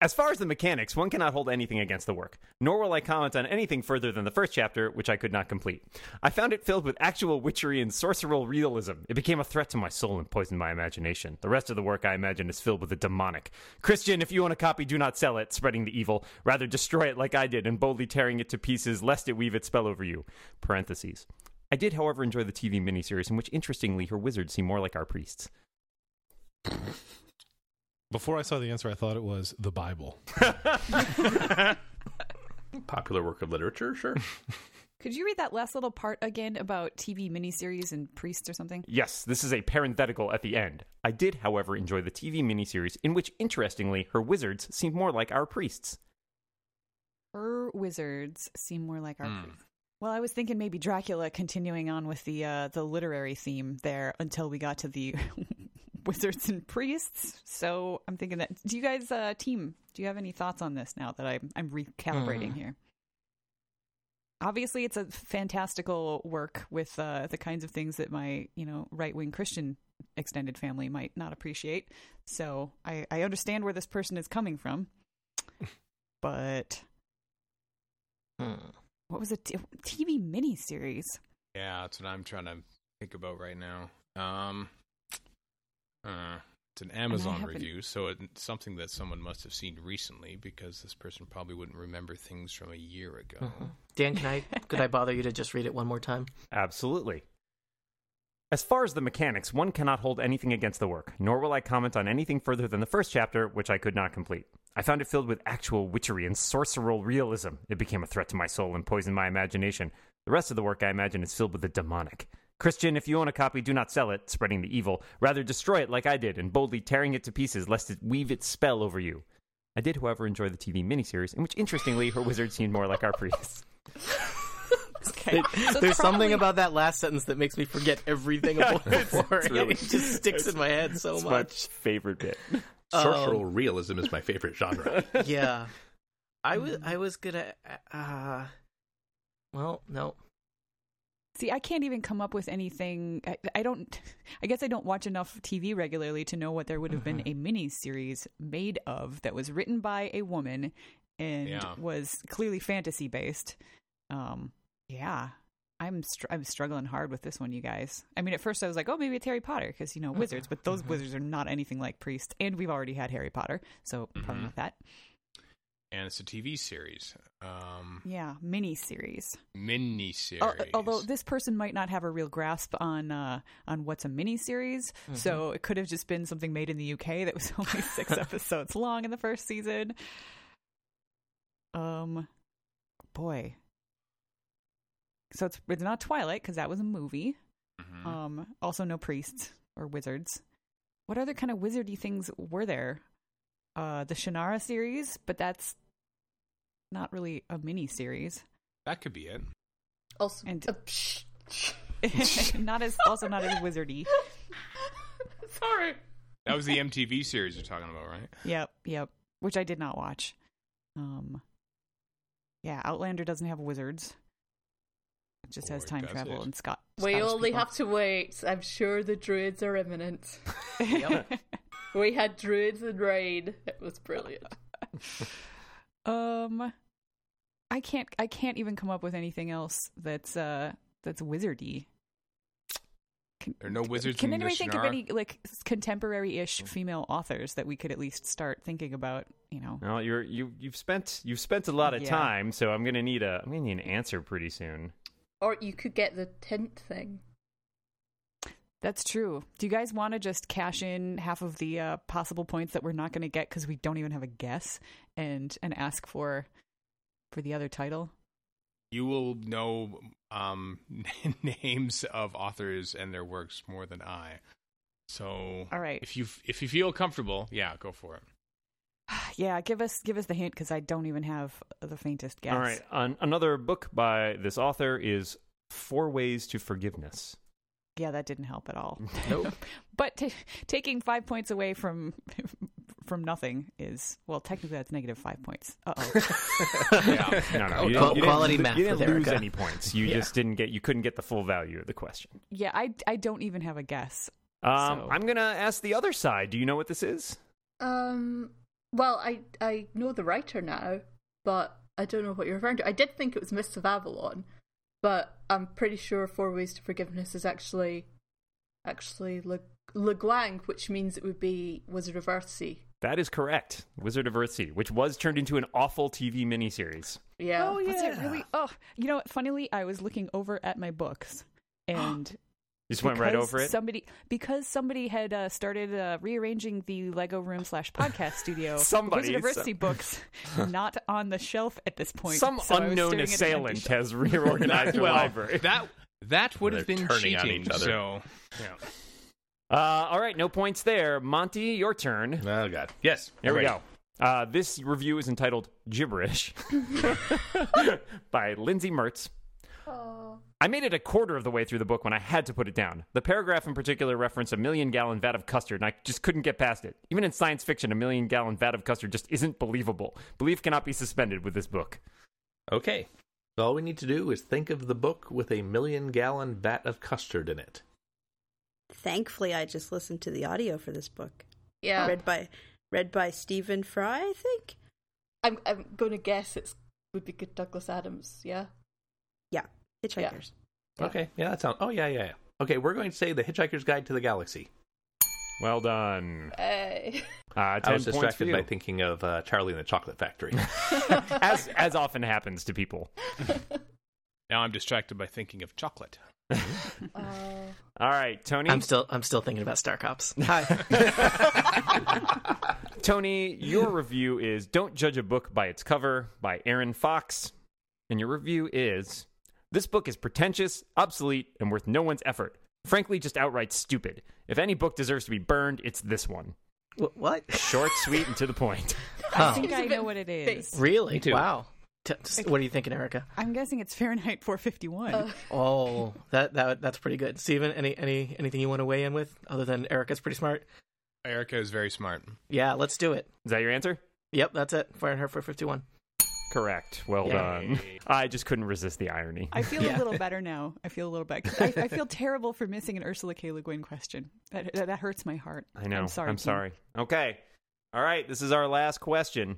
[SPEAKER 2] As far as the mechanics, one cannot hold anything against the work, nor will I comment on anything further than the first chapter, which I could not complete. I found it filled with actual witchery and sorceral realism. It became a threat to my soul and poisoned my imagination. The rest of the work, I imagine, is filled with the demonic. Christian, if you own a copy, do not sell it, spreading the evil. Rather, destroy it like I did and boldly tearing it to pieces, lest it weave its spell over you. Parentheses. I did, however, enjoy the TV miniseries, in which, interestingly, her wizards seem more like our priests.
[SPEAKER 1] Before I saw the answer, I thought it was the Bible.
[SPEAKER 5] Popular work of literature, sure.
[SPEAKER 3] Could you read that last little part again about TV miniseries and priests or something?
[SPEAKER 2] Yes, this is a parenthetical at the end. I did, however, enjoy the TV miniseries, in which, interestingly, her wizards seem more like our priests.
[SPEAKER 3] Her wizards seem more like our
[SPEAKER 8] Hmm.
[SPEAKER 3] priests. Well, I was thinking maybe Dracula continuing on with the uh, the literary theme there until we got to the wizards and priests. So I'm thinking that. Do you guys, uh, team? Do you have any thoughts on this now that I'm I'm recalibrating
[SPEAKER 4] Hmm.
[SPEAKER 3] here? Obviously, it's a fantastical work with uh, the kinds of things that my you know right wing Christian extended family might not appreciate. So I, I understand where this person is coming from, but
[SPEAKER 4] Hmm.
[SPEAKER 3] what was a t- TV miniseries?
[SPEAKER 8] Yeah, that's what I'm trying to think about right now. Um, uh, it's an Amazon
[SPEAKER 3] haven't-
[SPEAKER 8] review, so it's something that someone must have seen recently because this person probably wouldn't remember things from a year ago.
[SPEAKER 4] Mm-hmm. Dan, can I could I bother you to just read it one more time?
[SPEAKER 2] Absolutely. As far as the mechanics, one cannot hold anything against the work, nor will I comment on anything further than the first chapter, which I could not complete. I found it filled with actual witchery and sorceral realism. It became a threat to my soul and poisoned my imagination. The rest of the work, I imagine, is filled with the demonic. Christian, if you own a copy, do not sell it, spreading the evil. Rather, destroy it like I did, and boldly tearing it to pieces, lest it weave its spell over you. I did, however, enjoy the TV miniseries, in which, interestingly, her wizard seemed more like our priests.
[SPEAKER 3] Okay. So
[SPEAKER 4] There's
[SPEAKER 3] probably-
[SPEAKER 4] something about that last sentence that makes me forget everything about before.
[SPEAKER 2] really-
[SPEAKER 4] it just sticks in my head so
[SPEAKER 2] It's
[SPEAKER 4] much.
[SPEAKER 2] favorite bit.
[SPEAKER 5] Sorceral realism is my favorite genre.
[SPEAKER 4] yeah. I was I was gonna uh well, no.
[SPEAKER 3] See, I can't even come up with anything. I, I don't. I guess I don't watch enough TV regularly to know what there would have been a mini series made of that was written by a woman and
[SPEAKER 8] Yeah.
[SPEAKER 3] was clearly fantasy based. Um, yeah, I'm str- I'm struggling hard with this one, you guys. I mean, at first I was like, oh, maybe it's Harry Potter because you know wizards, but those wizards are not anything like priests, and we've already had Harry Potter, so probably not that.
[SPEAKER 8] and it's a TV series, um,
[SPEAKER 3] Yeah, mini series.
[SPEAKER 8] mini series.
[SPEAKER 3] Al- Mm-hmm. Oh, uh, although this person might not have a real grasp on uh, on what's a mini series, so it could have just been something made in the UK that was only six episodes long in the first season. Um, boy. So it's it's not Twilight because that was a movie.
[SPEAKER 8] Mm-hmm.
[SPEAKER 3] Um, also no priests or wizards. What other kind of wizardy things were there? Uh, the Shannara series, but that's not really a mini series.
[SPEAKER 8] that could be it.
[SPEAKER 7] Also,
[SPEAKER 3] And-
[SPEAKER 7] uh, psh, psh.
[SPEAKER 3] not as also not as wizardy.
[SPEAKER 7] Sorry.
[SPEAKER 8] That was the MTV series you're talking about, right?
[SPEAKER 3] Yep, yep. Which I did not watch. Um, yeah, Outlander doesn't have wizards. It just has
[SPEAKER 8] Or
[SPEAKER 3] time
[SPEAKER 8] does
[SPEAKER 3] travel
[SPEAKER 8] it?
[SPEAKER 3] and Scott.
[SPEAKER 7] We only have to wait. I'm sure the druids are imminent. we had druids and rain. It was brilliant.
[SPEAKER 3] Um, I can't. I can't even come up with anything else that's uh that's wizardy. Can,
[SPEAKER 8] There are no wizards
[SPEAKER 3] Can
[SPEAKER 8] in the
[SPEAKER 3] anybody think of
[SPEAKER 8] Shannara?
[SPEAKER 3] any like contemporary-ish
[SPEAKER 8] Oh.
[SPEAKER 3] female authors that we could at least start thinking about? You know,
[SPEAKER 2] Well, you're you you've spent you've spent a lot of
[SPEAKER 3] Yeah.
[SPEAKER 2] time, so I'm gonna need a I'm gonna need an answer pretty soon.
[SPEAKER 7] Or you could get the tent thing.
[SPEAKER 3] That's true. Do you guys want to just cash in half of the uh, possible points that we're not going to get because we don't even have a guess, and and ask for for the other title?
[SPEAKER 8] You will know um, names of authors and their works more than I. So,
[SPEAKER 3] All right.
[SPEAKER 8] if you if you feel comfortable, yeah, go for it.
[SPEAKER 3] yeah, give us give us the hint because I don't even have the faintest guess.
[SPEAKER 2] All right, an, another book by this author is Four Ways to Forgiveness.
[SPEAKER 3] Yeah, that didn't help at all.
[SPEAKER 5] Nope.
[SPEAKER 3] but ta taking five points away from from nothing is well, technically that's negative five points. Uh oh.
[SPEAKER 2] Yeah, no, no, you
[SPEAKER 4] Qual-
[SPEAKER 2] didn't- you
[SPEAKER 4] quality
[SPEAKER 2] didn't,
[SPEAKER 4] math
[SPEAKER 2] You didn't
[SPEAKER 4] with
[SPEAKER 2] lose
[SPEAKER 4] Erica.
[SPEAKER 2] any points. You
[SPEAKER 4] Yeah.
[SPEAKER 2] just didn't get you couldn't get the full value of the question.
[SPEAKER 3] yeah, I I don't even have a guess.
[SPEAKER 2] Um,
[SPEAKER 3] So-
[SPEAKER 2] I'm gonna ask the other side. Do you know what this is?
[SPEAKER 7] Um. Well, I I know the writer now, but I don't know what you're referring to. I did think it was Mists of Avalon, but I'm pretty sure Four Ways to Forgiveness is actually actually Le, Le Guang, which means it would be Wizard of Earthsea.
[SPEAKER 2] That is correct. Wizard of Earthsea, which was turned into an awful TV miniseries.
[SPEAKER 7] Yeah.
[SPEAKER 3] Oh yeah. Was it really? Oh, you know what? Funnily, I was looking over at my books and.
[SPEAKER 2] Just went right
[SPEAKER 3] because
[SPEAKER 2] over it.
[SPEAKER 3] Somebody because somebody had uh, started uh, rearranging the Lego Room slash podcast studio.
[SPEAKER 2] Somebody,
[SPEAKER 3] Wizard of
[SPEAKER 2] so-
[SPEAKER 3] Earthsea books not on the shelf at this point.
[SPEAKER 2] Some
[SPEAKER 3] so I was
[SPEAKER 2] unknown
[SPEAKER 3] staring at an empty
[SPEAKER 2] assailant
[SPEAKER 3] shelf.
[SPEAKER 2] has reorganized your library.
[SPEAKER 8] that that would have
[SPEAKER 5] They're
[SPEAKER 8] been
[SPEAKER 5] turning
[SPEAKER 8] cheating.
[SPEAKER 5] on each other.
[SPEAKER 8] So,
[SPEAKER 2] Uh, all right, no points there. Monty, your turn.
[SPEAKER 5] Oh god. Yes.
[SPEAKER 2] Here we
[SPEAKER 5] I'm
[SPEAKER 2] go.
[SPEAKER 5] ready.
[SPEAKER 2] Uh, this review is entitled Gibberish by Lindsay Mertz. I made it a quarter of the way through the book when I had to put it down. The paragraph in particular referenced a million gallon vat of custard, and I just couldn't get past it. Even in science fiction, a million gallon vat of custard just isn't believable. Belief cannot be suspended with this book.
[SPEAKER 5] Okay. So all we need to do is think of the book with a million gallon vat of custard in it.
[SPEAKER 6] Thankfully, I just listened to the audio for this book,
[SPEAKER 7] yeah.
[SPEAKER 6] read by read by Stephen Fry, I think.
[SPEAKER 7] I'm I'm gonna guess it's would be good Douglas Adams. Yeah.
[SPEAKER 6] Yeah, Hitchhikers.
[SPEAKER 5] Okay. Yeah, that sounds. Oh yeah, yeah, yeah. Okay, we're going to say the Hitchhiker's Guide to the Galaxy.
[SPEAKER 2] Well done.
[SPEAKER 7] Eh.
[SPEAKER 2] Uh,
[SPEAKER 5] I was
[SPEAKER 2] ten points for
[SPEAKER 5] distracted by
[SPEAKER 2] you.
[SPEAKER 5] thinking of uh, Charlie and the Chocolate Factory.
[SPEAKER 2] As, as often happens to people.
[SPEAKER 8] now I'm distracted by thinking of chocolate.
[SPEAKER 7] Uh,
[SPEAKER 2] All right, Tony.
[SPEAKER 4] I'm still I'm still thinking about Star Cops. Hi.
[SPEAKER 2] Tony, your review is Don't Judge a Book by Its Cover by Aaron Fox. And your review is This book is pretentious, obsolete, and worth no one's effort. Frankly, just outright stupid. If any book deserves to be burned, it's this one.
[SPEAKER 4] Wh- what?
[SPEAKER 2] Short, sweet, and to the point.
[SPEAKER 3] I
[SPEAKER 4] Oh.
[SPEAKER 3] think
[SPEAKER 7] It's a
[SPEAKER 3] I
[SPEAKER 7] bit
[SPEAKER 3] know what it is.
[SPEAKER 4] Really?
[SPEAKER 5] Me too.
[SPEAKER 4] Wow. T- t- what are you thinking, Erica?
[SPEAKER 3] I'm guessing it's Fahrenheit 451.
[SPEAKER 4] Oh, that that that's pretty good. Steven, any any anything you want to weigh in with other than Erica's pretty smart?
[SPEAKER 8] Erica is very smart.
[SPEAKER 5] Um,
[SPEAKER 4] Yeah, let's do it.
[SPEAKER 2] Is that your answer?
[SPEAKER 4] Yep, that's it. Fahrenheit 451.
[SPEAKER 2] Correct. Well
[SPEAKER 4] Yay.
[SPEAKER 2] done. I just couldn't resist the irony.
[SPEAKER 3] I feel a
[SPEAKER 4] Yeah.
[SPEAKER 3] little better now. I feel a little better. I, I feel terrible for missing an Ursula K. Le Guin question. That, that, that hurts my heart.
[SPEAKER 2] I know.
[SPEAKER 3] I'm sorry.
[SPEAKER 2] I'm
[SPEAKER 3] Pete.
[SPEAKER 2] sorry. Okay. All right. This is our last question.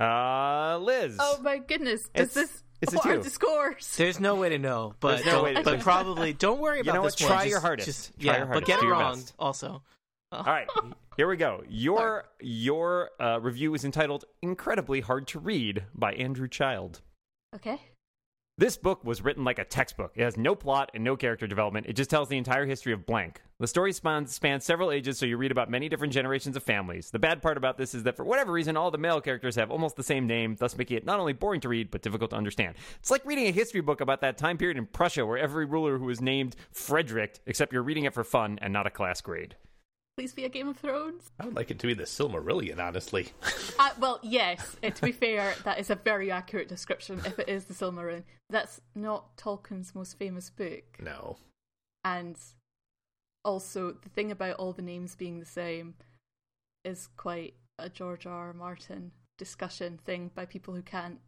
[SPEAKER 2] Uh, Liz.
[SPEAKER 7] Oh my goodness!
[SPEAKER 2] It's-
[SPEAKER 7] Does this
[SPEAKER 2] it's a
[SPEAKER 7] what are
[SPEAKER 2] two.
[SPEAKER 7] the scores?
[SPEAKER 4] There's no way to know, but
[SPEAKER 2] There's no
[SPEAKER 4] don't-
[SPEAKER 2] way to
[SPEAKER 4] but
[SPEAKER 2] know.
[SPEAKER 4] probably don't worry
[SPEAKER 2] You
[SPEAKER 4] about
[SPEAKER 2] know
[SPEAKER 4] this
[SPEAKER 2] what?
[SPEAKER 4] one.
[SPEAKER 2] Try your
[SPEAKER 4] Just-
[SPEAKER 2] hardest.
[SPEAKER 4] just-
[SPEAKER 2] Try
[SPEAKER 4] yeah,
[SPEAKER 2] your
[SPEAKER 4] but
[SPEAKER 2] hardest.
[SPEAKER 4] get
[SPEAKER 2] Do
[SPEAKER 4] it
[SPEAKER 2] your
[SPEAKER 4] wrong.
[SPEAKER 2] best.
[SPEAKER 4] Also,
[SPEAKER 2] All right. Here we go. Your your uh, review is entitled "Incredibly Hard to Read" by Andrew Child.
[SPEAKER 7] Okay.
[SPEAKER 2] This book was written like a textbook. It has no plot and no character development. It just tells the entire history of blank. The story spans, spans several ages, so you read about many different generations of families. The bad part about this is that for whatever reason, all the male characters have almost the same name, thus making it not only boring to read, but difficult to understand. It's like reading a history book about that time period in Prussia where every ruler who is named Frederick, except you're reading it for fun and not a class grade.
[SPEAKER 7] Please be a Game of Thrones.
[SPEAKER 5] I would like it to be the Silmarillion, honestly.
[SPEAKER 7] Uh, well, yes. Uh, to be fair, that is a very accurate description. If it is the Silmarillion, that's not Tolkien's most famous book.
[SPEAKER 5] no.
[SPEAKER 7] and also the thing about all the names being the same is quite a George R. R. Martin discussion thing by people who can't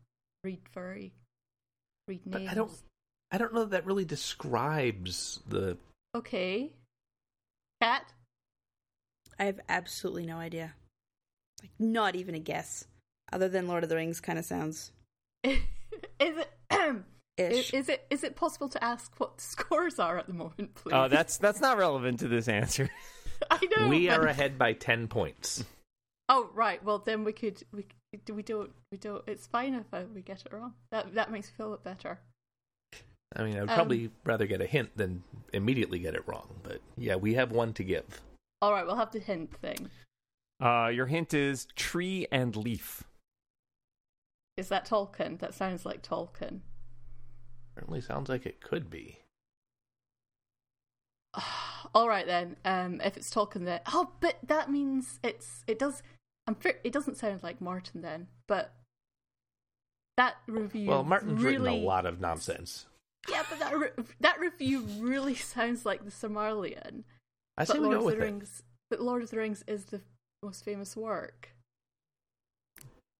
[SPEAKER 7] read very read
[SPEAKER 5] But
[SPEAKER 7] names.
[SPEAKER 5] I don't I don't know that, that really describes the
[SPEAKER 7] Okay, cat.
[SPEAKER 6] I have absolutely no idea. Like, not even a guess. Other than Lord of the Rings kind of sounds
[SPEAKER 7] is it?
[SPEAKER 6] ish.
[SPEAKER 7] is, is it is it possible to ask what the scores are at the moment, please?
[SPEAKER 2] Oh, that's that's not relevant to this answer.
[SPEAKER 7] I know.
[SPEAKER 5] We
[SPEAKER 7] but-
[SPEAKER 5] are ahead by 10 points.
[SPEAKER 7] Oh right. Well, then we could we c- we don't we don't. It's fine if I, we get it wrong. That that makes me feel a bit better.
[SPEAKER 5] I mean, I would
[SPEAKER 7] Um,
[SPEAKER 5] probably rather get a hint than immediately get it wrong, but yeah, we have one to give.
[SPEAKER 7] All right, we'll have the hint thing.
[SPEAKER 2] Uh, your hint is tree and leaf.
[SPEAKER 7] Is that Tolkien? That sounds like Tolkien.
[SPEAKER 5] Certainly sounds like it could be.
[SPEAKER 7] All right then. Um, if it's Tolkien, then oh, but that means it's it does. I'm fair, it doesn't sound like Martin then, but that review.
[SPEAKER 5] Well, Martin's
[SPEAKER 7] really,
[SPEAKER 5] written a lot of nonsense.
[SPEAKER 7] Yeah, but that re- that review really sounds like the Silmarillion.
[SPEAKER 5] I
[SPEAKER 7] but
[SPEAKER 5] say we
[SPEAKER 7] Lord
[SPEAKER 5] go
[SPEAKER 7] of
[SPEAKER 5] with
[SPEAKER 7] the
[SPEAKER 5] it.
[SPEAKER 7] Rings. But Lord of the Rings is the most famous work,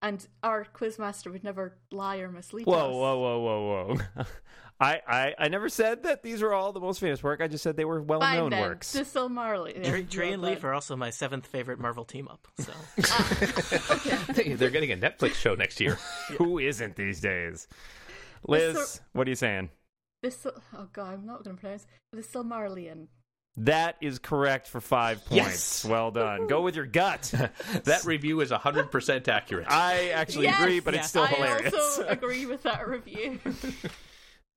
[SPEAKER 7] and our quizmaster would never lie or mislead
[SPEAKER 2] Whoa,
[SPEAKER 7] us.
[SPEAKER 2] whoa, whoa, whoa, whoa! I, I, I never said that these were all the most famous work. I just said they were
[SPEAKER 7] Fine
[SPEAKER 2] well-known
[SPEAKER 7] then,
[SPEAKER 2] works.
[SPEAKER 7] the Silmarillion.
[SPEAKER 4] Tree, Tree and
[SPEAKER 7] Well
[SPEAKER 4] Leaf
[SPEAKER 7] done.
[SPEAKER 4] are also my seventh favorite Marvel team up. So
[SPEAKER 5] Hey, They're getting a Netflix show next year.
[SPEAKER 2] Who isn't these days? Liz,
[SPEAKER 7] It's so-
[SPEAKER 2] what are you saying?
[SPEAKER 7] The Sil- oh god, I'm not going to pronounce the Silmarillion.
[SPEAKER 2] That is correct for five points.
[SPEAKER 5] Yes!
[SPEAKER 2] Well done. Go with your gut.
[SPEAKER 5] that review is 100% accurate.
[SPEAKER 2] I actually agree,
[SPEAKER 7] Yes!
[SPEAKER 2] but it's still
[SPEAKER 7] I
[SPEAKER 2] hilarious.
[SPEAKER 7] also agree with that review.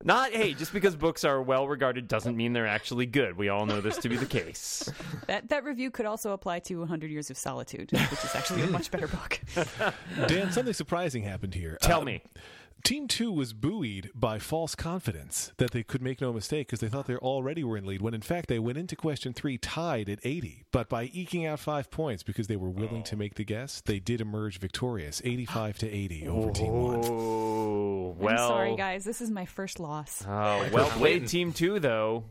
[SPEAKER 2] Not hey, just because books are well regarded doesn't mean they're actually good. We all know this to be the case.
[SPEAKER 3] That that review could also apply to 100 Years of Solitude, which is actually a much better book.
[SPEAKER 1] Dan, something surprising happened here.
[SPEAKER 2] Tell
[SPEAKER 1] Uh,
[SPEAKER 2] me.
[SPEAKER 1] Team two was buoyed by false confidence that they could make no mistake because they thought they already were in lead. When in fact they went into question three tied at eighty, but by eking out five points because they were willing to make the guess, they did emerge victorious, eighty-five to eighty over team one.
[SPEAKER 2] Oh, well.
[SPEAKER 3] I'm sorry, guys. This is my first loss.
[SPEAKER 2] Oh, well
[SPEAKER 5] I'm
[SPEAKER 2] played,
[SPEAKER 5] waiting.
[SPEAKER 2] Team Two, though.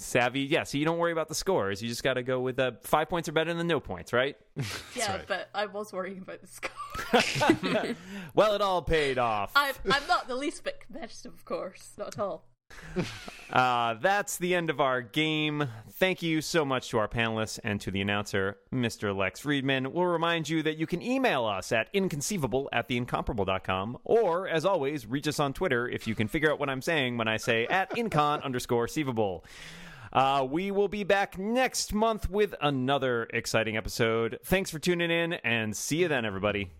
[SPEAKER 2] Savvy, yeah. So you don't worry about the scores. You just got to go with uh, five points are better than no points, right?
[SPEAKER 7] yeah,
[SPEAKER 1] right.
[SPEAKER 7] but I was worrying about the score.
[SPEAKER 2] well, it all paid off.
[SPEAKER 7] I'm, I'm not the least bit competitive, of course, not at all.
[SPEAKER 2] Uh, that's the end of our game. Thank you so much to our panelists and to the announcer, Mr. Lex Friedman. We'll remind you that you can email us at inconceivable at theincomparable.com, or, as always, reach us on Twitter if you can figure out what I'm saying when I say at incon underscore ceivable. Uh, we will be back next month with another exciting episode. Thanks for tuning in, and see you then, everybody.